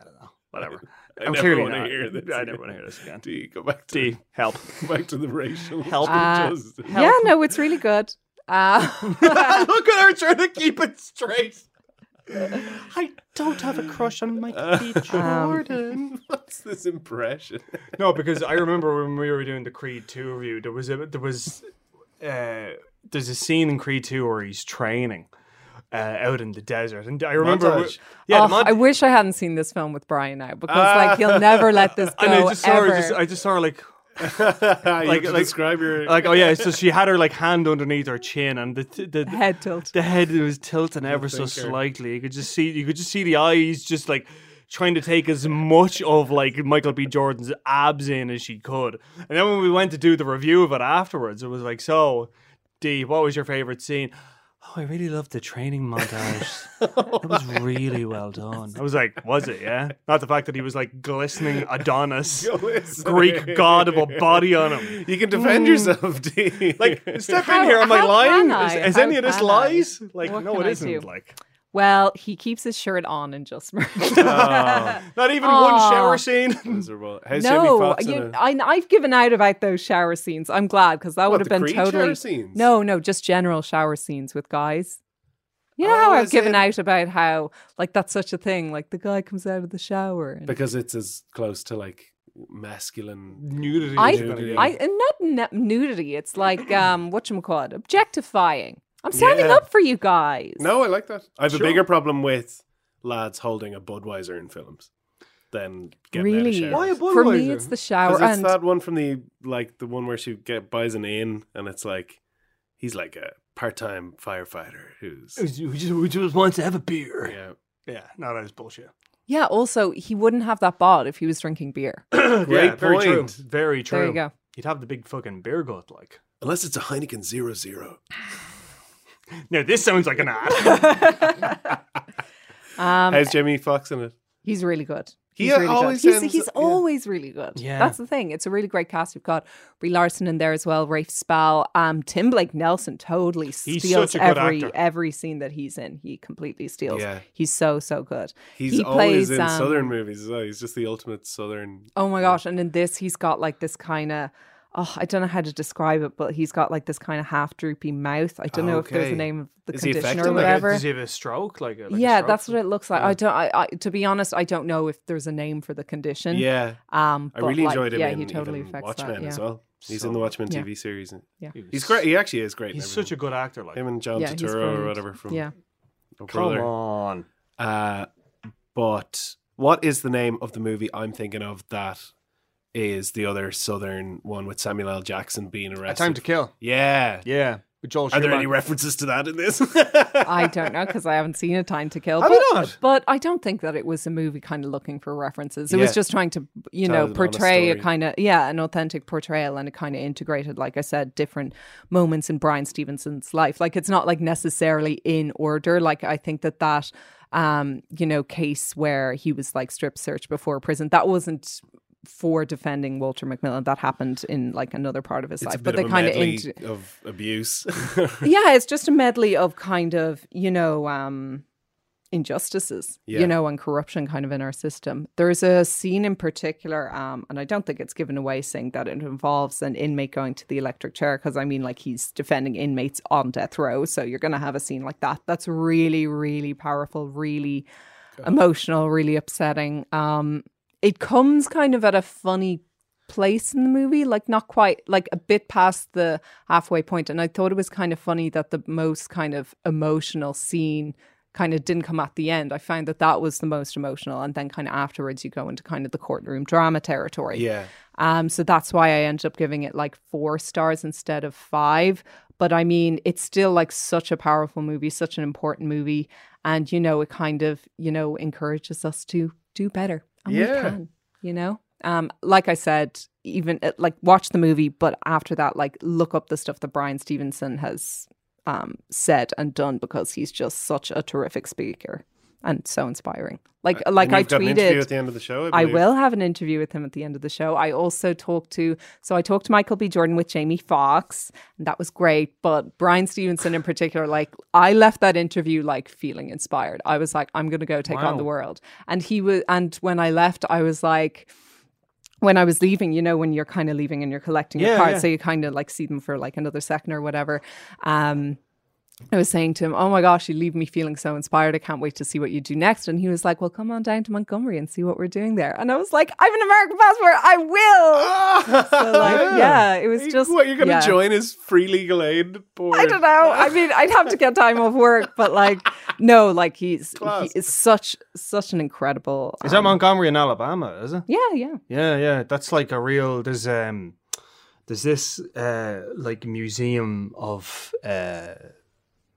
E: I don't know. Whatever.
C: I
E: am
C: never
E: Oh, clearly
C: wanna
E: not.
C: hear this
E: I never
C: again.
E: want to hear this again.
C: D, go back to
E: D, help.
C: go back to the racial
E: Help.
D: Uh,
C: justice.
D: Yeah, no, it's really good. Uh,
E: Look at her trying to keep it straight. I don't have a crush on Michael B. Jordan.
C: What's this impression?
E: no, because I remember when we were doing the Creed Two review, there was a there was uh, there's a scene in Creed Two where he's training uh, out in the desert, and I remember
C: Montage.
E: yeah,
D: oh,
E: the mon-
D: I wish I hadn't seen this film with Brian now because like he'll never let this go
E: and Ah. I just saw
D: ever.
E: her, just, I just saw her like
C: like,
E: like-
C: describe your
E: like oh yeah, so she had her like hand underneath her chin, and the the, the
D: Head tilt.
E: the head was tilting ever so
C: thinker.
E: slightly. You could just see you could just see the eyes just like trying to take as much of like Michael B. Jordan's abs in as she could. And then when we went to do the review of it afterwards, it was like, so D, what was your favorite scene? Oh, I really loved the training montage. It was really well done. I was like, was it? Yeah. Not the fact that he was like glistening Adonis, Greek god of a body on him.
C: You can defend yourself, D.
E: Like, step
D: How-
E: in here. Am I
D: how
E: lying?
D: can I?
E: Is, is
D: How
E: any of this
D: can I?
E: lies? Like,
D: What
E: no,
D: can
E: it
D: I
E: isn't.
D: do?
E: Like,
D: Well, he keeps his shirt on and just
E: Not even
D: Aw.
E: one shower scene.
C: miserable. How's Jamie
D: Oh, no, uh,
C: Foxx in
D: you,
C: it?
D: I, I've given out about those shower scenes. I'm glad because that
C: What,
D: would have
C: the
D: been
C: Creed shower
D: totally
C: scenes?
D: no, no, just general shower scenes with guys. You know how
C: Oh,
D: I've
C: is
D: given
C: it-
D: out about how like that's such a thing. Like the guy comes out of the shower. And...
C: because it's as close to like masculine.
E: Nudity.
D: I,
C: gonna be-
D: I, and not n- nudity. It's like um, what you call it, objectifying. I'm standing
C: Yeah.
D: up for you guys.
C: No, I like that. I have
E: Sure.
C: a bigger problem with lads holding a Budweiser in films than getting
D: Really?
C: Out of
E: Why a
C: showers.
D: for me,
E: Budweiser?
D: it's the
C: 'Cause
D: shower.
C: it's uh,
D: And
C: that one from the like the one where she get buys an inn, and it's like he's like a part-time firefighter who's
E: We ju- we just, we just want to have a beer.
C: yeah.
E: Yeah, no, that is bullshit.
D: yeah, also he wouldn't have that bod if he was drinking beer.
E: Great
C: Great
E: very true.
C: point.
E: Very true.
D: There you go.
E: You'd have the big fucking beer gut, like.
C: Unless it's a Heineken Zero Zero.
E: No, this sounds like an ad.
D: Um,
C: How's Jamie Foxx in it?
D: he's really good.
C: He
D: Um, He's really
C: always
D: good. He's,
C: ends-
D: he's
C: yeah.
D: always really good.
E: Yeah.
D: That's the thing. It's a really great cast. We've got Brie Larson in there as well, Rafe Spall, um, Tim Blake Nelson totally
E: He's
D: steals
E: such a good
D: every
E: actor.
D: every scene that he's in. He completely steals.
C: Yeah.
D: He's so so good.
C: He's
D: He
C: always
D: plays,
C: in
D: um,
C: southern movies as well. He's just the ultimate southern.
D: Oh my gosh! And in this, he's got like this kind of. Oh, I don't know how to describe it, but he's got like this kind of half droopy mouth. I don't know if there's
C: Okay.
D: a name of the
C: Is he
D: condition
C: affected by
D: or
C: it?
D: whatever.
E: Does he have a stroke? Like, a, like a
D: yeah,
E: stroke? Oh.
D: that's what it looks like.
E: Yeah.
D: I don't. I, I to be honest, I don't know if there's a name for the condition.
C: Yeah,
D: Um.
C: I
D: but,
C: really
D: like,
C: enjoyed him
D: Yeah,
C: in
D: he totally
C: even
D: affects
C: Watchmen
D: that. Yeah.
C: as well. He's
E: So
C: in the Watchmen
D: Yeah.
C: TV series.
E: He was-
C: He's great. He actually is great.
E: He's such a good actor. Like,
C: him and John
D: Yeah, he's
C: Turturro or
D: brilliant.
C: whatever from
D: Yeah.
C: Oh,
E: come
C: Brother.
E: on.
C: Uh, but what is the name of the movie I'm thinking of that is the other southern one with Samuel L. Jackson being
E: A
C: arrested?
E: Time to Kill.
C: yeah.
E: Yeah, with Joel.
C: Are there
E: Schumacher.
C: any references to that in this?
D: I don't know because I haven't seen a time to kill.
C: Have
D: But,
C: you not?
D: but I don't think that it was a movie kind of looking for references. It
C: Yeah.
D: was just trying to, you
C: Tell
D: know,
C: an honest
D: portray a
C: story.
D: kind of yeah, an authentic portrayal and it kind of integrated, like I said, different moments in Brian Stevenson's life. Like it's not like necessarily in order. Like I think that that um, you know, case where he was like strip searched before prison, that wasn't for defending Walter McMillan. That happened in like another part of his
C: It's a
D: life.
C: bit
D: But
C: of
D: they
C: a
D: kind of
C: medley
D: int-
C: of abuse.
D: yeah, it's just a medley of kind of, you know, um injustices,
C: Yeah.
D: you know, and corruption kind of in our system. There's a scene in particular, um, and I don't think it's given away saying that it involves an inmate going to the electric chair, because I mean like he's defending inmates on death row. So you're gonna have a scene like that. That's really, really powerful, really emotional, really upsetting. Um it comes kind of at a funny place in the movie, like not quite, like a bit past the halfway point. And I thought it was kind of funny that the most kind of emotional scene kind of didn't come at the end. I found that that was the most emotional. And then kind of afterwards, you go into kind of the courtroom drama territory.
C: yeah.
D: Um, so that's why I ended up giving it like four stars instead of five. But I mean, it's still like such a powerful movie, such an important movie. And, you know, it kind of, you know, encourages us to do better. And we
C: Yeah.
D: can, you know? Um, like I said, even uh, like watch the movie, but after that, like look up the stuff that Brian Stevenson has um, said and done because he's just such a terrific speaker and so inspiring. Like, like
C: Uh, And
D: I
C: you've got an interview
D: tweeted,
C: at the end of the show. I,
D: I
C: believe.
D: will have an interview with him at the end of the show. I also talked to so I talked to Michael B. Jordan with Jamie Foxx, and that was great. But Brian Stevenson in particular, like I left that interview like feeling inspired. I was like, I'm gonna go take on the
E: Wow.
D: world. And he was and when I left, I was like when I was leaving, you know, when you're kind of leaving and you're collecting
E: Yeah,
D: your cards,
E: yeah.
D: so you kind of like see them for like another second or whatever. Um, I was saying to him, Oh my gosh, you leave me feeling so inspired. I can't wait to see what you do next. And he was like, Well, come on down to Montgomery and see what we're doing there. And I was like, I have an American passport. I will. So, like, yeah. it was just.
C: what you're going to
D: yeah.
C: join his free legal aid board.
D: I don't know. I mean, I'd have to get time off work, but like, no, like he's
C: Class.
D: he is such such an incredible.
E: Is that
D: um,
E: Montgomery in Alabama? Is it?
D: Yeah, yeah.
E: Yeah, yeah. That's like a real. There's um, there's this uh like museum of uh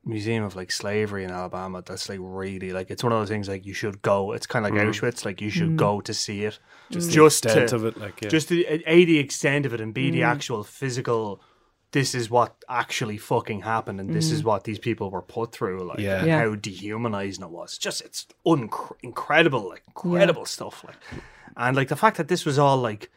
E: museum of like slavery in Alabama. That's like really like it's one of those things like you should go. It's kind of like Auschwitz. Like you should go to see it. Just just
C: Mm-hmm. The extent of it, like yeah. Mm.
E: just the, a the extent of it and b the actual physical this is what actually fucking happened and this is what these people were put through like
C: Mm. Yeah.
E: and
D: Yeah.
E: how dehumanizing it was just it's un- incredible like incredible stuff like and like the fact that this was all like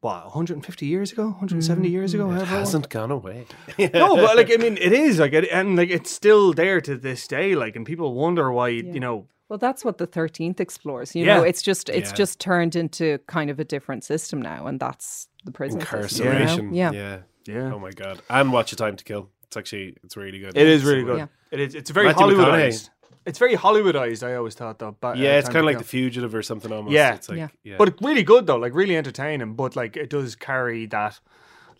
E: what 150 years ago
C: Mm.
E: 170 years ago however long?
C: hasn't gone away.
E: no, but like I mean, it is like, it, and like it's still there to this day. Like, and people wonder why you know
D: Well, that's what the Thirteenth explores. You
E: Yeah.
D: know, it's just it's
C: Yeah.
D: just turned into kind of a different system now, and that's the prison system, you know?
C: Incarceration.
D: Yeah.
C: yeah.
E: Yeah.
C: Oh my god. And watch a time to kill. It's actually it's really good.
E: It is really good.
D: Yeah.
E: It is. It's very
C: Matthew
E: Hollywoodized. It's very Hollywoodized. I always thought though. But, uh,
C: Yeah, it's kind of like the fugitive or something almost.
E: Yeah.
C: It's like,
D: Yeah.
C: yeah.
E: But really good though. Like really entertaining. But like it does carry that,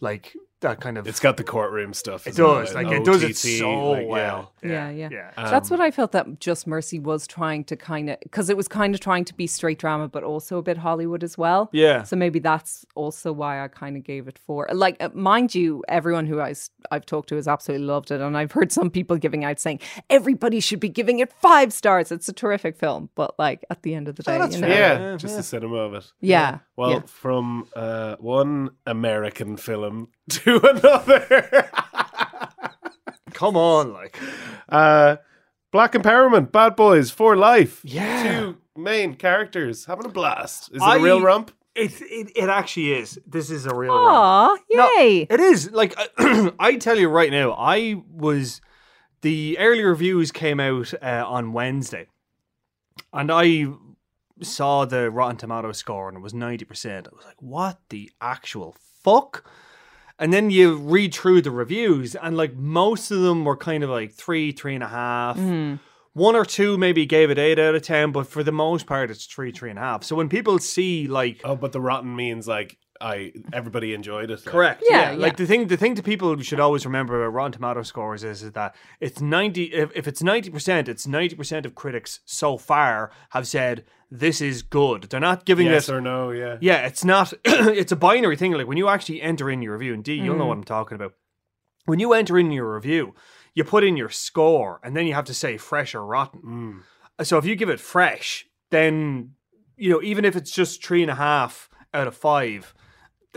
E: like that kind of.
C: it's got the courtroom stuff.
E: it
C: as well,
E: does.
C: and
E: Like it does it
C: OTT,
E: so
C: like, yeah.
E: well.
D: Yeah, yeah.
E: Yeah.
D: That's what I felt that Just Mercy was trying to kind of because it was kind of trying to be straight drama, but also a bit Hollywood as well.
E: Yeah.
D: So maybe that's also why I kind of gave it four. Like, uh, mind you, everyone who I, have talked to has absolutely loved it, and I've heard some people giving out saying everybody should be giving it five stars. It's a terrific film, but like at the end of the
E: Oh,
D: day, you know,
C: Yeah,
D: yeah,
E: Yeah,
C: just the cinema of it.
D: yeah.
C: Well, from uh, one American film to another.
E: Come on, like
C: uh, Black Empowerment, Bad Boys for Life.
E: Yeah.
C: Two main characters having a blast. Is it
E: I-
C: a real rump?
E: It, it it actually is. This is a real.
C: Ah,
E: romp.
D: Aw,
E: No,
D: yay!
E: It is like I tell you right now. I was the early reviews came out uh, on Wednesday, and I saw the Rotten Tomato score and it was ninety percent. I was like, "What the actual fuck?" And then you read through the reviews, and like most of them were kind of like three, three and a half. One or two maybe gave it eight out of ten, but for the most part, it's three, three and a half. So when people see like
C: Oh, but the rotten means like I everybody enjoyed it. like-
E: Correct.
D: Yeah,
E: Yeah,
D: yeah.
E: Like the thing, the thing that people should always remember about Rotten Tomato scores is, is that it's ninety. If, if it's ninety percent, it's ninety percent of critics so far have said this is good. They're not giving
C: yes
E: this.
C: or no? Yeah.
E: yeah, it's not. it's a binary thing. Like when you actually enter in your review, and D, you'll know what
C: Mm.
E: I'm talking about. When you enter in your review, you put in your score, and then you have to say fresh or rotten.
C: Mm.
E: So if you give it fresh, then you know even if it's just three and a half out of five,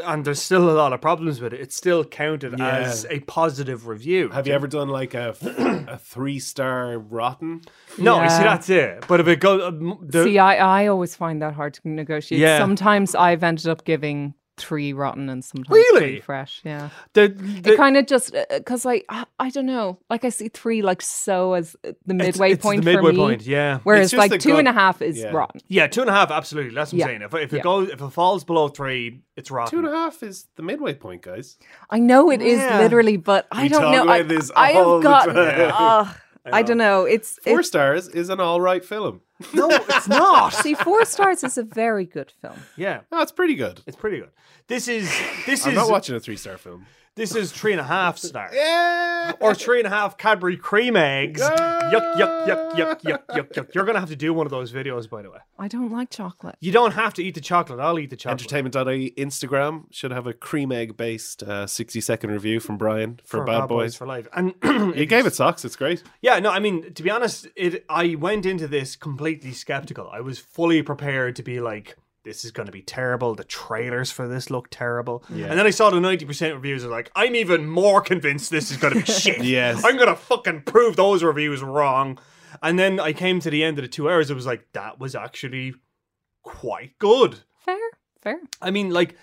E: and there's still a lot of problems with it, it's still counted
C: Yeah.
E: as a positive review.
C: Have you ever done like a a three star rotten?
E: No, you see
D: Yeah.
E: that's it. But if it goes, um, the,
D: See, I, I always find that hard to negotiate.
E: Yeah.
D: Sometimes I've ended up giving three rotten and sometimes
E: Really?
D: three fresh. Yeah.
E: the,
D: It
E: the-
D: kind of just because I, I I don't know. Like I see three like so as the midway
E: it's the
D: point
E: midway
D: for me.
E: point, yeah. It's
D: Whereas
C: just a
D: like two
C: good-
D: and a half is
C: yeah.
D: rotten.
E: yeah, two and a half. Absolutely, that's what
D: Yeah.
E: I'm saying. If, if it
D: Yeah.
E: goes, if it falls below three, it's
C: Two
E: rotten.
C: and a half is the midway point, guys.
D: I know it is
E: Yeah.
D: literally, but I
C: We
D: don't
C: talk
D: know. I,
C: about this
D: I
C: all
D: have
C: the
D: got.
C: time.
D: Ugh, I don't know. It's
C: Four
D: it's
C: stars is an all right film.
E: no, it's not.
D: see, four stars is a very good film.
E: yeah,
C: No, it's pretty good.
E: it's pretty good. This is this
C: I'm
E: is
C: not watching a three star film.
E: this is three and a half stars.
C: Yeah.
E: or three and a half Cadbury cream eggs. Yuck, yuck, yuck, yuck, yuck, yuck, yuck. You're gonna have to do one of those videos, by the way.
D: I don't like chocolate.
E: You don't have to eat the chocolate. I'll eat the chocolate.
C: Entertainment.ie Instagram should have a cream egg based uh, 60 second review from Brian for, Bad, Boys.
E: for life. And
C: You gave it socks. It's great.
E: yeah, no, I mean to be honest, it. I went into this completely skeptical. I was fully prepared to be like. This is going to be terrible. The trailers for this look terrible. And then I saw the 90% reviews. I was like, I'm even more convinced this is going to be shit.
C: Yes.
E: I'm going to fucking prove those reviews wrong. And then I came to the end of the two hours. It was like, that was actually quite good.
D: Fair, fair.
E: I mean, like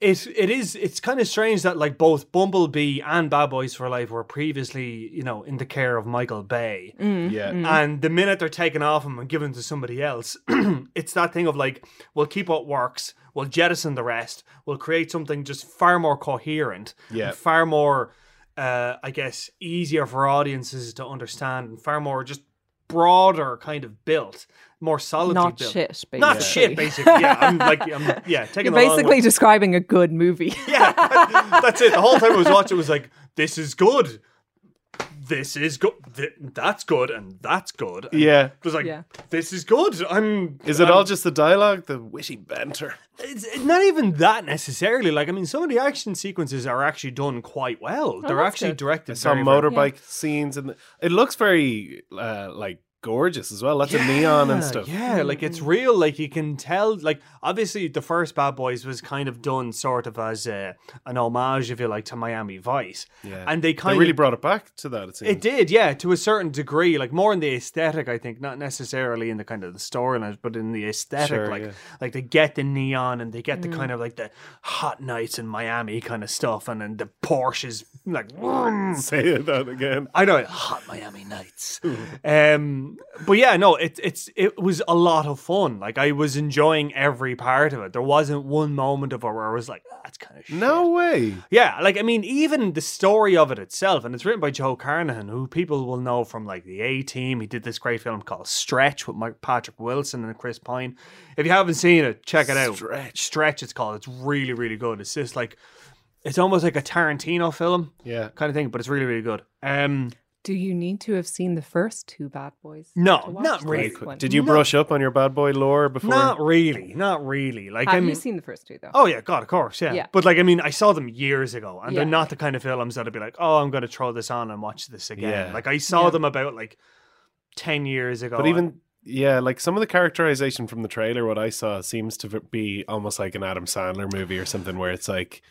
E: it it is it's kind of strange that like both Bumblebee and Bad Boys for Life were previously, you know, in the care of Michael Bay.
C: Yeah.
D: Mm-hmm.
E: And the minute they're taken off him and given to somebody else, it's that thing of like, we'll keep what works, we'll jettison the rest, we'll create something just far more coherent, and
C: Yeah.
E: far more, uh, I guess, easier for audiences to understand, and far more just broader kind of built, more solidly
D: Not
E: built.
D: shit, basically.
E: Not shit, basically. Yeah, I'm like, I'm, yeah, taking
D: You're
E: the long way.
D: basically describing a good movie.
E: Yeah, that- that's it. The whole time I was watching, it was like, this is good. This is good. Th- that's good, and that's good. And
C: Yeah.
E: It was like,
D: Yeah.
E: this is good. I'm.
C: Is it
E: I'm-
C: all just the dialogue, the witty banter?
E: It's it's not even that necessarily. Like, I mean, some of the action sequences are actually done quite well. They're
D: Oh, that's
E: actually
D: good.
E: directed.
C: Some
E: very, very
C: motorbike scenes, and it looks very uh, like gorgeous as well. Lots of neon and
E: Yeah,
C: stuff.
E: Yeah, like
D: Hmm.
E: it's real. Like you can tell. Like obviously, the first Bad Boys was kind of done sort of as a, an homage, if you like, to Miami Vice.
C: Yeah.
E: and they
C: They
E: kind
C: really
E: of
C: brought it back to that, it seems.
E: It did, yeah, to a certain degree, like more in the aesthetic, I think, not necessarily in the kind of the storylines, but in the aesthetic,
C: Sure,
E: like
C: yeah.
E: like they get the neon and they get the kind of like the hot nights in Miami kind of stuff, and then the Porsches like. vroom.
C: Say that again.
E: I know hot Miami nights, um, but yeah, no, it, it's it was a lot of fun. Like I was enjoying every part of it. There wasn't one moment of it where I was like, "Ah, "That's kind of shit.
C: No way.
E: Yeah, like I mean, even the story of it itself, and it's written by Joe Carnahan, who people will know from like the A Team. He did this great film called Stretch with Mike Patrick Wilson and Chris Pine. If you haven't seen it, check it out.
C: Stretch.
E: Stretch. It's called. It's really, really good. It's just like, it's almost like a Tarantino film
C: Yeah.
E: kind of thing, but it's really, really good. Um,
D: Do you need to have seen the first two Bad Boys?
E: No,
D: to watch
E: not
D: this
E: really.
D: one?
C: Did you brush up on your bad boy lore before?
E: not really, not really. Like
D: Have
E: I mean,
D: you seen the first two though?
E: Oh yeah, God, of course, yeah.
D: Yeah.
E: But like, I mean, I saw them years ago, and they're
D: Yeah.
E: not the kind of films that'd be like, oh, I'm gonna throw this on and watch this again.
C: Yeah.
E: Like I saw
D: Yeah.
E: them about like ten years ago.
C: But even yeah, like some of the characterization from the trailer, what I saw seems to be almost like an Adam Sandler movie or something, where it's like,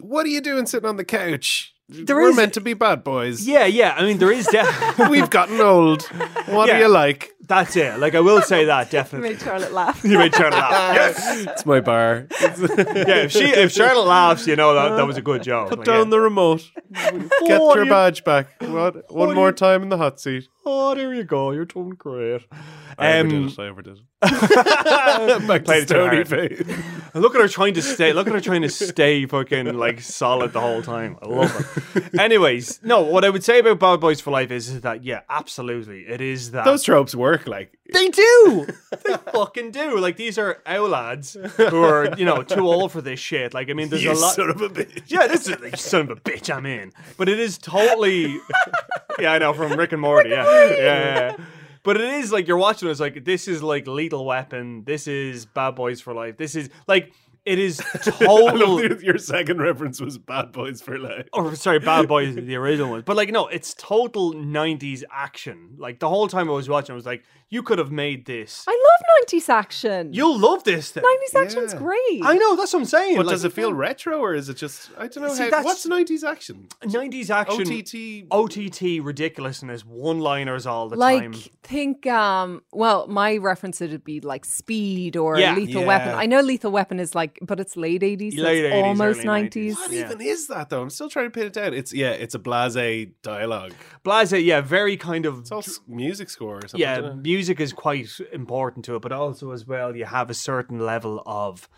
C: "What are you doing sitting on the couch?
D: There
C: We're
D: is-
C: meant to be bad boys.
E: Yeah, yeah. I mean, there is def-
C: We've gotten old. What
E: Yeah.
C: do you like?
E: that's it. Like I will say that definitely.
D: made Charlotte laugh.
E: You made Charlotte laugh. Yes.
C: It's my bar.
E: Yeah. If she, if Charlotte laughs, you know that that was a good joke. Like,
C: Down
E: yeah.
C: the remote. Get
E: Oh,
C: your
E: you-
C: badge back. What? One
E: you-
C: more time in the hot seat.
E: Oh, there you go. You're doing great.
C: I
E: Um,
C: overdid it. I overdid it. Back
E: Played
C: to
E: it too
C: stony
E: hard.
C: face.
E: Look at her trying to stay. Look at her trying to stay fucking like solid the whole time. I love it. Anyways, no. What I would say about Bad Boys for Life is that yeah, absolutely, it is that
C: Those tropes work. Like
E: They do. they fucking do. Like these are owl lads who are you know too old for this shit. Like I mean, there's
C: you
E: a lot.
C: son of a bitch.
E: yeah, this is like, son of a bitch. I'm in, but it is totally. yeah, I know from Rick and Morty. yeah. yeah, yeah, yeah. But it is like you're watching. It's like this is like Lethal Weapon. This is Bad Boys for Life. This is like it is
C: I love
E: total.
C: that your second reference was Bad Boys for Life.
E: Or sorry, Bad Boys, the original one. But like, no, it's total '90s action. Like the whole time I was watching, I was like, you could have made this.
D: I love 90s action.
E: You'll love this thing.
D: 90s action's
C: Yeah.
D: great.
E: I know that's what I'm saying.
C: But
E: like,
C: does it feel retro or is it just I don't know
E: See,
C: how,
E: that's-
C: what's nineties action?
E: 90s action? Oh,
C: OTT
E: OTT ridiculousness, one-liners all the
D: like
E: time.
D: think um well my reference would be like speed or
E: Yeah.
D: lethal
C: Yeah.
D: weapon i know lethal weapon is like but it's late 80s so
E: Late
D: it's
E: 80s,
D: almost
E: early 90s.
D: 90s,
C: What
E: Yeah.
C: even is that though? I'm still trying to pin it down. It's yeah, it's a blase dialogue.
E: Blase, yeah, very kind of
C: It's all s- music score or something.
E: yeah.
C: isn't it?
E: Music is quite important to it, but also as well, you have a certain level of.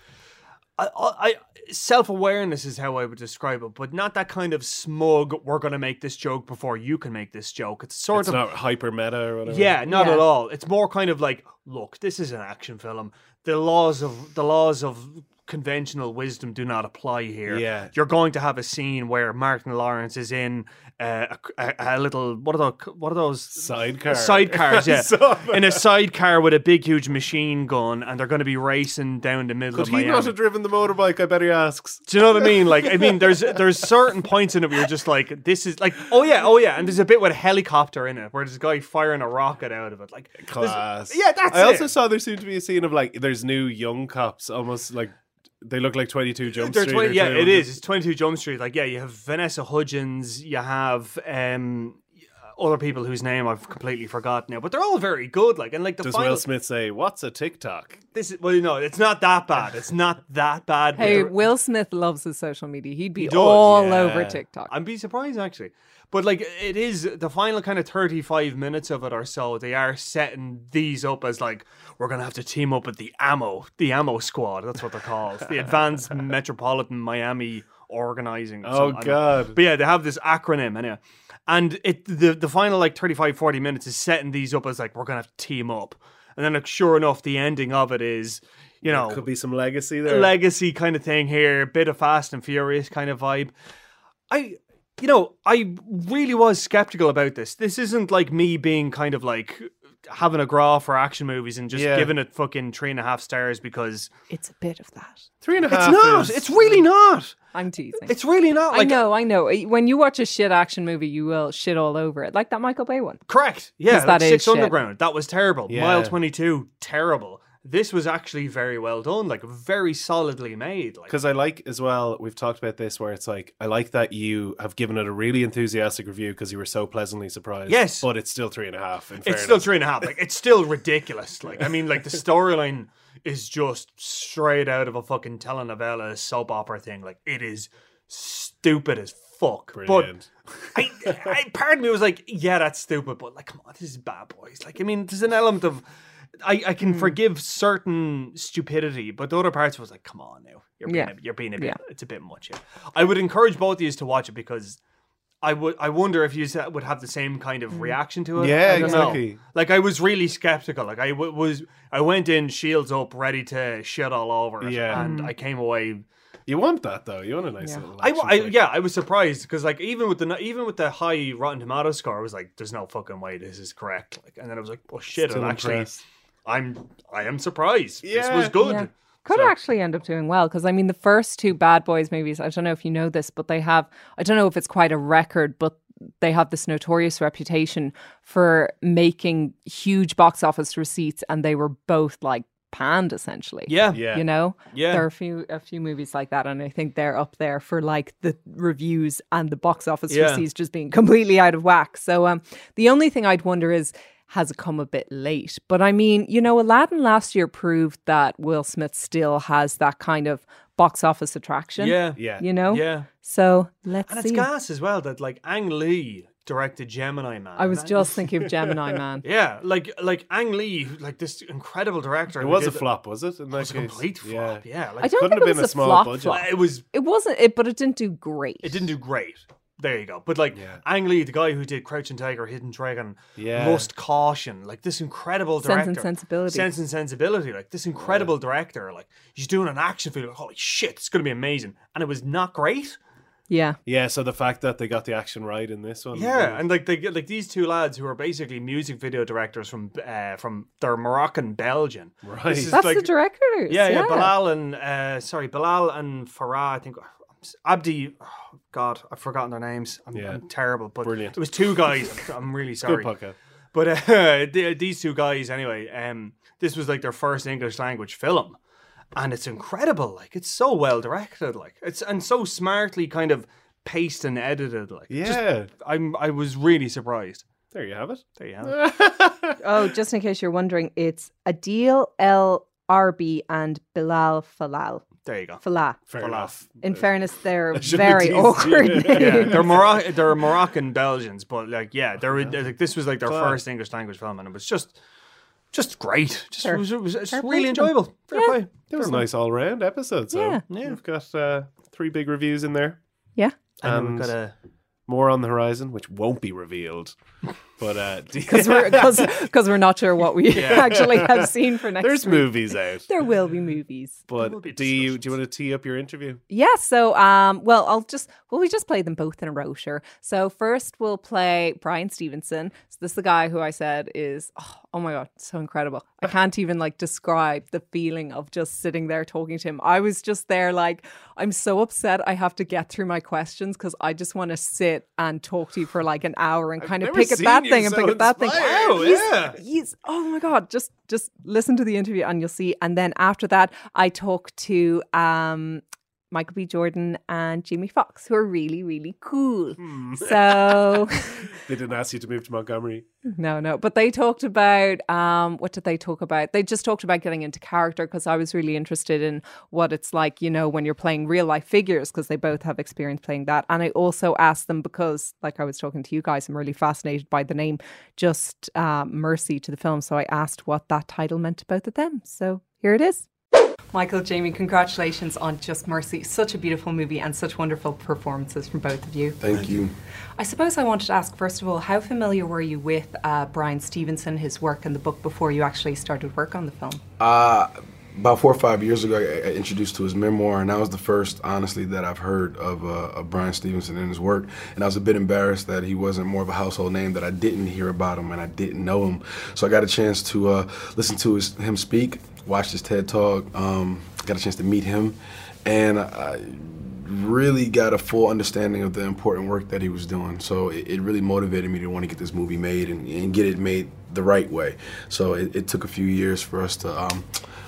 E: I, I self awareness is how I would describe it, but not that kind of smug. We're gonna make this joke before you can make this joke. It's sort
C: it's
E: of
C: not hyper meta or whatever.
E: Yeah, not
D: Yeah.
E: at all. It's more kind of like, look, this is an action film. The laws of the laws of conventional wisdom do not apply here.
C: Yeah.
E: you're going to have a scene where Martin Lawrence is in uh, a, a, a little what are those what are those
C: Sidecar.
E: sidecars? Yeah,
C: So-
E: in a sidecar with a big huge machine gun, and they're going to be racing down the middle
C: Could
E: of
C: he
E: Miami.
C: not have driven the motorbike? I bet he asks.
E: Do you know what I mean? Like, I mean, there's there's certain points in it where you're just like, this is like, oh yeah, oh yeah, and there's a bit with a helicopter in it where there's a guy firing a rocket out of it, like there's-
C: Class.
E: Yeah, that's
C: I also
E: it.
C: saw there seemed to be a scene of like there's new young cops, almost like they look like 22 Jump
E: They're
C: Street.
E: twen-
C: or
E: yeah,
C: something.
E: it is. It's 22 Jump Street. Like, yeah, you have Vanessa Hudgens, you have um, other people whose name I've completely forgotten now, but they're all very good. Like, and like the
C: Does
E: final,
C: Will Smith say, "What's a TikTok"?
E: this is well, no, it's not that bad. It's not that bad. but
D: hey
E: they're-
D: will smith loves his social media he'd be
E: does,
D: all
C: yeah.
D: over tiktok
E: I'd be surprised actually. But like it is the final kind of 35 minutes of it or so, they are setting these up as like we're gonna have to team up with the ammo, the ammo squad, that's what they're called. the advanced metropolitan Miami organizing. or
C: Oh,
E: something, I don't know.
C: God.
E: But yeah, they have this acronym anyway. And it the the final like 35, 40 minutes is setting these up as like we're gonna have to team up. And then like sure enough, the ending of it is, you know,
C: Could be some legacy there.
E: legacy kind of thing here, bit of Fast and Furious kind of vibe. I, you know, I really was skeptical about this. This isn't like me being kind of like having a gra for action movies and just
C: Yeah.
E: giving it fucking three and a half stars because
D: it's a bit of that
C: Three and a
E: it's
C: half.
E: not.
C: is-
E: It's really not.
D: i'm teasing
E: It's really not. Like,
D: i know i know when you watch a shit action movie you will shit all over it like that michael bay one
E: Correct. Yeah,
D: Because
E: like
D: that is
E: Six
D: shit.
E: Underground. That was terrible.
C: Yeah.
E: Mile 22, terrible. This was actually very well done, like very solidly made. Like,
C: Because I like as well, we've talked about this where it's like, I like that you have given it a really enthusiastic review because you were so pleasantly surprised.
E: Yes.
C: But it's still three and a half. In
E: It's
C: fairness.
E: still three and a half. Like it's still ridiculous. Like I mean, like the storyline is just straight out of a fucking telenovela soap opera thing. Like it is stupid as fuck.
C: Brilliant.
E: But I, I part of me was like, yeah, that's stupid. But like, come on, this is bad boys. Like I mean, there's an element of. I, I
D: Hmm.
E: can forgive certain stupidity, but the other parts was like, come on now, you're being,
D: Yeah.
E: a, you're being a bit,
D: Yeah.
E: it's a bit much. Here. I would encourage both of you to watch it because I would, I wonder if you would have the same kind
D: Hmm.
E: of reaction to it.
C: Yeah,
E: I don't know.
C: exactly.
E: Like I was really skeptical. Like I w- was, I went in shields up, ready to shit all over it,
C: Yeah.
D: Mm-hmm.
E: and I came away.
C: you want that though. You want a nice
D: Yeah.
C: little.
E: I,
C: action
E: I
C: flick.
E: yeah, I was surprised because like even with the n- even with the high Rotten Tomato score, I was like, "There's no fucking way this is correct." Like, and then I was like, "Oh shit!"
C: Still
E: And actually,
C: impressed.
E: I'm I am surprised. This
C: Yeah.
E: was good.
D: Yeah. Could
E: So-
D: actually end up doing well because I mean the first two Bad Boys movies. I don't know if you know this, but they have. I don't know if it's quite a record, but they have this notorious reputation for making huge box office receipts, and they were both like panned essentially.
E: Yeah.
C: Yeah.
D: You know?
E: Yeah.
D: There are a few a few movies like that, and I think they're up there for like the reviews and the box office
E: Yeah.
D: receipts just being completely out of whack. So um the only thing I'd wonder is has it come a bit late? But I mean, you know, Aladdin last year proved that Will Smith still has that kind of box office attraction.
E: yeah.
C: Yeah. Oh,
D: You know?
E: Yeah.
D: So let's
E: And it's
D: see.
E: gas as well that like Ang Lee directed Gemini Man.
D: I was
E: And
D: just thinking of Gemini Man.
E: Yeah, like like Ang Lee, who- like this incredible director.
C: It
E: who
C: was a
E: did-
C: flop, was it? In that
E: It was a
C: case?
E: complete flop.
C: Yeah.
E: Yeah, like
D: I don't
C: Couldn't have
D: think it
C: been
D: was
C: a
D: a,
C: small
D: flop,
C: budget.
D: flop.
E: it was
D: It wasn't it, but it didn't do great.
E: It didn't do great. There you go. But like
C: Yeah.
E: Ang Lee, the guy who did Crouching Tiger, Hidden Dragon,
C: Yeah.
E: Lost Caution, like this incredible
D: Sense and
E: director,
D: Sensibility.
E: Sense and Sensibility, like this incredible director, like he's doing an action film, like holy shit, it's gonna be amazing, and it was not great.
D: Yeah.
C: Yeah, so the fact that they got the action right in this one.
E: Yeah, and like they like these two lads who are basically music video directors from uh, from they're Moroccan Belgian.
C: Right.
E: This is
D: That's
E: like-
D: the directors.
E: Yeah, yeah, Bilal and uh, sorry, Bilal and Farah. I think Abdi. oh, God, I've forgotten their names. I'm,
C: Yeah.
E: I'm terrible, but
C: Brilliant.
E: it was two guys. I'm really
C: Good
E: sorry.
C: podcast.
E: But uh, the- these two guys, anyway, um, this was like their first English language film, and it's incredible. Like it's so well directed, like it's and so smartly kind of paced and edited. Like
C: Yeah.
E: just- I'm I was really surprised.
C: there you have it.
E: There you have it.
D: Oh, just in case you're wondering, it's Adil El Arbi and Bilal Falal.
E: There you go.
D: Falah.
C: Fair
E: Well,
C: enough.
D: In fairness, they're
C: should be
D: very
C: teased,
D: awkward
C: yeah.
E: yeah,
D: names.
E: they're Moroccan. They're Moroccan Belgians, but like, yeah, they were like this was like their
C: Class.
E: first English language film, and it was just, just great. Just
D: Fair-
E: it was, it was just
D: fair play
E: really
D: to 'em.
E: enjoyable. Fair play.
C: It was a nice all round episode. So
D: Yeah.
E: Yeah.
C: we've got uh, three big reviews in there.
D: Yeah.
E: And then
C: And-
E: we've got a
C: More on the horizon, which won't be revealed. But uh, do you-
D: Because we're, cause, 'cause we're not sure what we actually have seen for next
C: there's
D: week.
C: movies out.
D: There will be movies.
E: will be
C: But do you do you want to tee up your interview?
D: Yeah, so um well I'll just well we just play them both in a row, sure. So first we'll play Brian Stevenson. So this is the guy who I said is oh, oh my god, so incredible. I can't even like describe the feeling of just sitting there talking to him. I was just there like I'm so upset I have to get through my questions because I just want to sit and talk to you for like an hour and kind of
C: never
D: pick at
C: seen
D: that
C: you
D: thing and
C: so
D: pick at that thing.
C: inspired. Wow,
D: He's-
E: yeah.
D: he's oh my god just just listen to the interview and you'll see and then after that i talk to um michael b jordan and jimmy fox who are really really cool so
C: They didn't ask you to move to Montgomery.
D: no no but they talked about um what did they talk about they just talked about getting into character because i was really interested in what it's like you know when you're playing real life figures because they both have experience playing that and i also asked them because like i was talking to you guys i'm really fascinated by the name just uh, mercy to the film so i asked what that title meant to both of them so here it is Michael, Jamie, congratulations on Just Mercy. Such a beautiful movie and such wonderful performances from both of you.
F: Thank you.
D: I suppose I wanted to ask first of all, how familiar were you with uh, Brian Stevenson, his work and the book before you actually started work on the film?
F: About four or five years ago, I I introduced to his memoir, and that was the first, honestly, that I've heard of, uh, of Brian Stevenson and his work. And I was a bit embarrassed that he wasn't more of a household name, that I didn't hear about him and I didn't know him. So I got a chance to uh, listen to his, him speak, watch his TED Talk, um, got a chance to meet him, and I really got a full understanding of the important work that he was doing. So it, it really motivated me to want to get this movie made and, and get it made the right way. So it, it took a few years for us to um,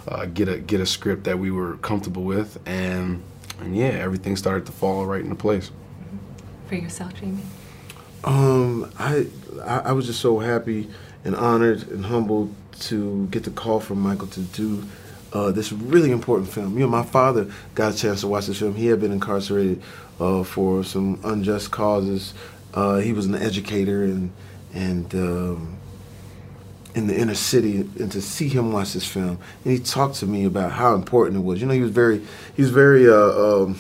F: uh, get a get a script that we were comfortable with, and, and yeah, everything started to fall right into place.
D: For yourself, Jamie?
G: Um, I, I I was just so happy and honored and humbled to get the call from Michael to do uh, this really important film. You know, my father got a chance to watch this film. He had been incarcerated uh, for some unjust causes. Uh, he was an educator and and. Um, in the inner city and to see him watch this film and he talked to me about how important it was you know he was very he was very uh, um,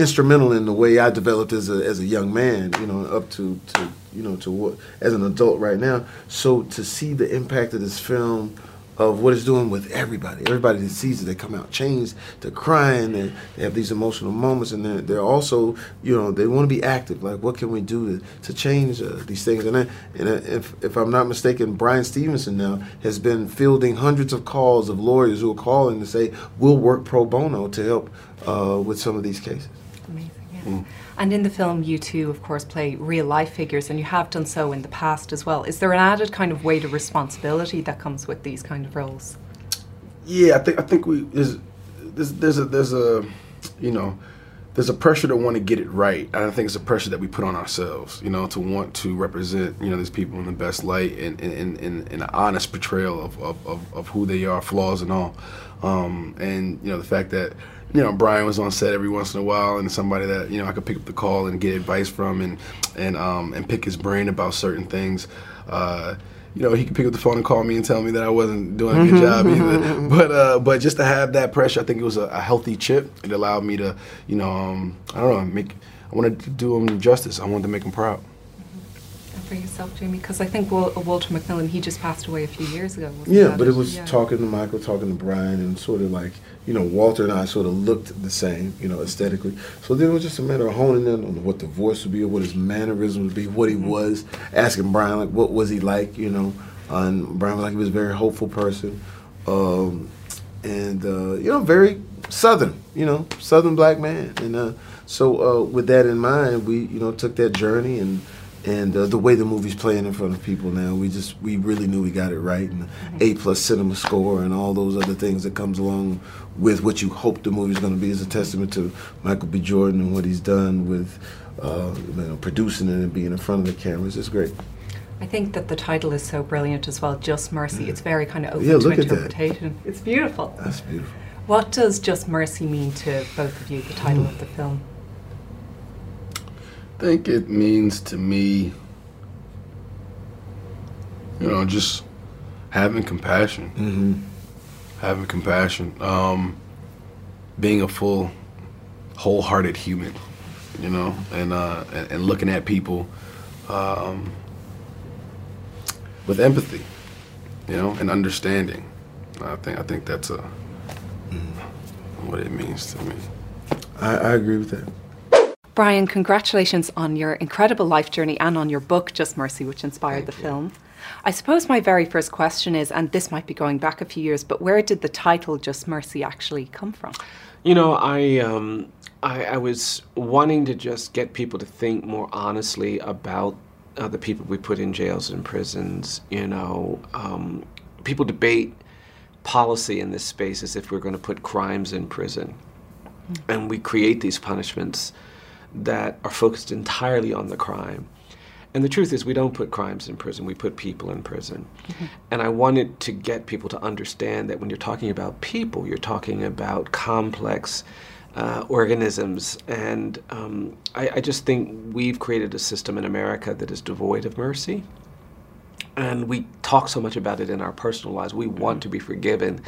G: instrumental in the way I developed as a, as a young man you know up to, to you know to what as an adult right now so to see the impact of this film of what it's doing with everybody everybody that sees it they come out changed they're crying they, they have these emotional moments and they're, they're also you know they want to be active like what can we do to, to change uh, these things and, I, and I, if, if i'm not mistaken brian stevenson now has been fielding hundreds of calls of lawyers who are calling to say we'll work pro bono to help uh, with some of these cases
D: Amazing, yeah.
G: Mm.
D: And in the film, you two, of course, play real life figures, and you have done so in the past as well. Is there an added kind of weight of responsibility that comes with these kind of roles?
F: yeah, I think I think we there's there's, there's a there's a you know there's a pressure to want to get it right, and I think it's a pressure that we put on ourselves, you know, to want to represent you know these people in the best light and and, and, and an honest portrayal of, of, of, of who they are, flaws and all, um, and you know the fact that you know Brian was on set every once in a while, and somebody that you know I could pick up the call and get advice from, and and um, and pick his brain about certain things. Uh, you know, he could pick up the phone and call me and tell me that I wasn't doing a good job either. But uh, but just to have that pressure, I think it was a, a healthy chip. It allowed me to, you know, um, I don't know, make. I wanted to do him justice. I wanted to make him proud.
D: And for yourself, Jamie, because I think Wal- Walter McMillan, he just passed away a few years ago. wasn't
G: Yeah,
D: that
G: but it was
D: Yeah.
G: talking to Michael, talking to Brian, and sort of like you know Walter and I sort of looked the same, you know, aesthetically. So then it was just a matter of honing in on what the voice would be, what his mannerism would be, what he was. Asking Brian like, what was he like, you know? And Brian was like, he was a very hopeful person, um, and uh, you know, very southern, you know, southern black man. And uh, so uh, with that in mind, we you know took that journey and and uh, the way the movie's playing in front of people now, we just we really knew we got it right, and A plus cinema score and all those other things that comes along with what you hope the movie's going to be is a testament to Michael B. Jordan and what he's done with uh, you know, producing it and being in front of the cameras. It's great.
D: I think that the title is so brilliant as well, Just Mercy. It's very kind of open
G: Yeah,
D: to
G: look at that. Uh,
D: interpretation. It's beautiful.
G: That's beautiful.
D: What does Just Mercy mean to both of you, the title of the film?
F: I think it means to me, you know, just having compassion.
G: Mm-hmm.
F: having compassion, um, being a full, wholehearted human, you know, and uh, and, and looking at people um, with empathy, you know, and understanding. I think I think that's uh what it means to me.
G: I, I agree with that.
D: Brian, congratulations on your incredible life journey and on your book, Just Mercy, which inspired the film. I suppose my very first question is, and this might be going back a few years, but where did the title Just Mercy actually come from?
H: You know, I, um, I I was wanting to just get people to think more honestly about uh, the people we put in jails and prisons. You know, um, people debate policy in this space as if we're going to put crimes in prison, and we create these punishments that are focused entirely on the crime. And the truth is, we don't put crimes in prison, we put people in prison. And I wanted to get people to understand that when you're talking about people, you're talking about complex uh, organisms. And um, I, I just think we've created a system in America that is devoid of mercy and we talk so much about it in our personal lives. We want to be forgiven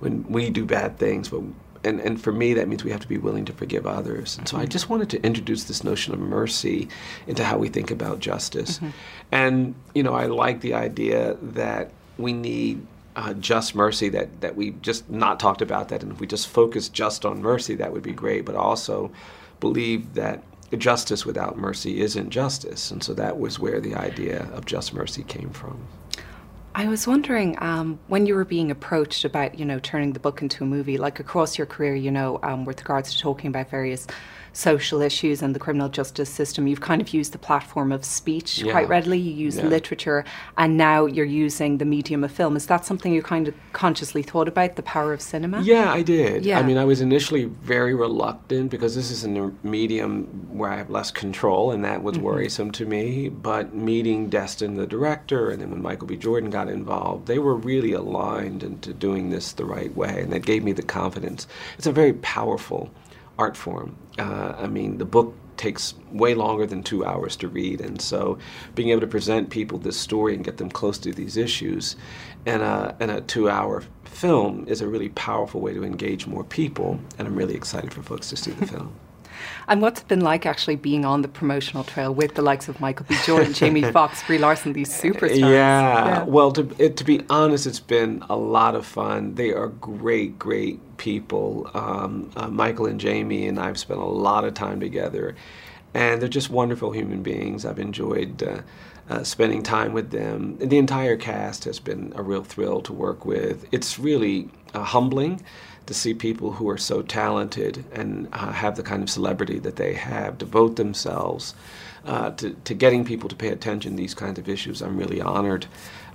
H: when we do bad things, but and, and for me that means we have to be willing to forgive others. And so I just wanted to introduce this notion of mercy into how we think about justice. And you know, I like the idea that we need uh, just mercy that, that we just not talked about that and if we just focus just on mercy that would be great but I also believe that justice without mercy isn't justice and so that was where the idea of just mercy came from
D: I was wondering um, when you were being approached about, you know, turning the book into a movie, like across your career, you know, um, with regards to talking about various social issues and the criminal justice system, you've kind of used the platform of speech quite
H: Yeah.
D: readily. You use
H: Yeah.
D: literature, and now you're using the medium of film. Is that something you kind of consciously thought about, the power of cinema?
H: Yeah, I did.
D: Yeah.
H: I mean, I was initially very reluctant because this is a new medium where I have less control, and that was worrisome to me. But meeting Destin, the director, and then when Michael B. Jordan got involved, they were really aligned into doing this the right way, and that gave me the confidence. It's a very powerful art form. Uh, I mean, the book takes way longer than two hours to read, and so being able to present people this story and get them close to these issues in a, in a two hour film is a really powerful way to engage more people, and I'm really excited for folks to see the film.
D: And what's it been like actually being on the promotional trail with the likes of Michael B. Jordan, Jamie Foxx, Brie Larson, these superstars?
H: Yeah.
D: Yeah.
H: Well, to it, to be honest, it's been a lot of fun. They are great, great people. Um, uh, Michael and Jamie and I've spent a lot of time together, and they're just wonderful human beings. I've enjoyed. Uh, uh, spending time with them. And the entire cast has been a real thrill to work with. It's really uh, humbling to see people who are so talented and uh, have the kind of celebrity that they have devote themselves uh, to, to getting people to pay attention to these kinds of issues. I'm really honored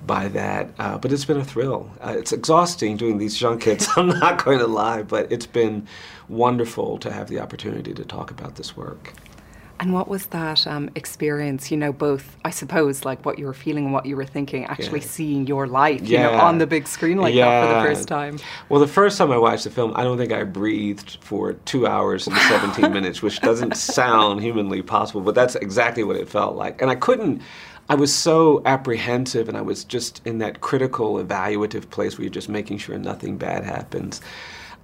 H: by that, uh, but it's been a thrill. Uh, it's exhausting doing these junkets, I'm not going to lie, but it's been wonderful to have the opportunity to talk about this work.
I: And what was that um, experience? You know, both I suppose like what you were feeling and what you were thinking, actually
H: Yeah.
I: seeing your life, you know,
H: Yeah.
I: on the big screen like that for the
H: Yeah.
I: first time.
H: Well, the first time I watched the film, I don't think I breathed for two hours and 17 minutes, which doesn't sound humanly possible, but that's exactly what it felt like. And I couldn't, I was so apprehensive and I was just in that critical, evaluative place where you're just making sure nothing bad happens.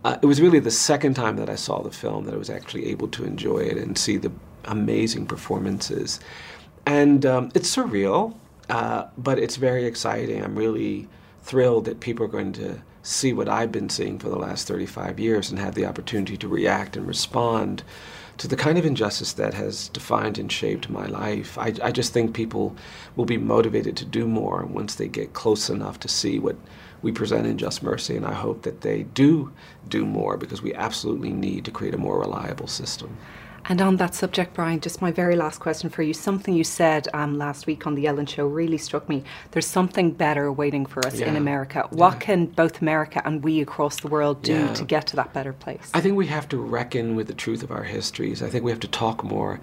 H: Uh, it was really the second time that I saw the film that I was actually able to enjoy it and see the amazing performances. And um, it's surreal, uh, but it's very exciting. I'm really thrilled that people are going to see what I've been seeing for the last 35 years and have the opportunity to react and respond to the kind of injustice that has defined and shaped my life. I, I just think people will be motivated to do more once they get close enough to see what we present in Just Mercy, and I hope that they do do more because we absolutely need to create a more reliable system.
I: And on that subject, Brian, just my very last question for you. Something you said um, last week on The Ellen Show really struck me. There's something better waiting for us in
H: Yeah.
I: America. What can both America and we across the world do
H: Yeah.
I: to get to that better place?
H: I think we have to reckon with the truth of our histories. I think we have to talk more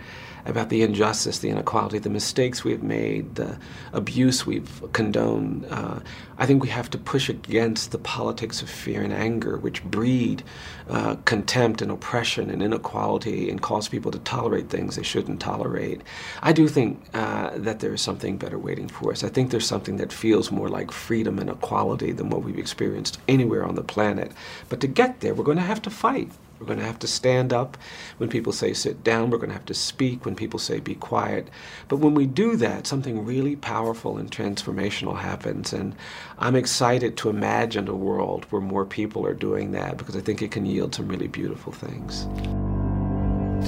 H: about the injustice, the inequality, the mistakes we've made, the abuse we've condoned. Uh, I think we have to push against the politics of fear and anger, which breed uh, contempt and oppression and inequality and cause people to tolerate things they shouldn't tolerate. I do think uh, that there is something better waiting for us. I think there's something that feels more like freedom and equality than what we've experienced anywhere on the planet. But to get there, we're going to have to fight. We're going to have to stand up when people say sit down. We're going to have to speak when people say be quiet. But when we do that, something really powerful and transformational happens. And I'm excited to imagine a world where more people are doing that because I think it can yield some really beautiful things.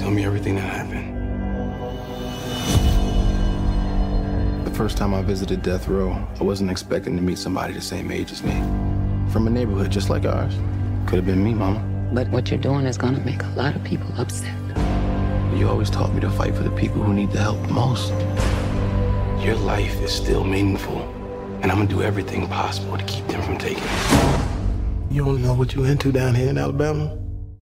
F: Tell me everything that happened. The first time I visited death row, I wasn't expecting to meet somebody the same age as me. From a neighborhood just like ours. Could have been me, Mama.
J: But what you're doing is going to make a lot of people upset.
F: You always taught me to fight for the people who need the help most. Your life is still meaningful, and I'm gonna do everything possible to keep them from taking it. You don't know what you into down here in Alabama.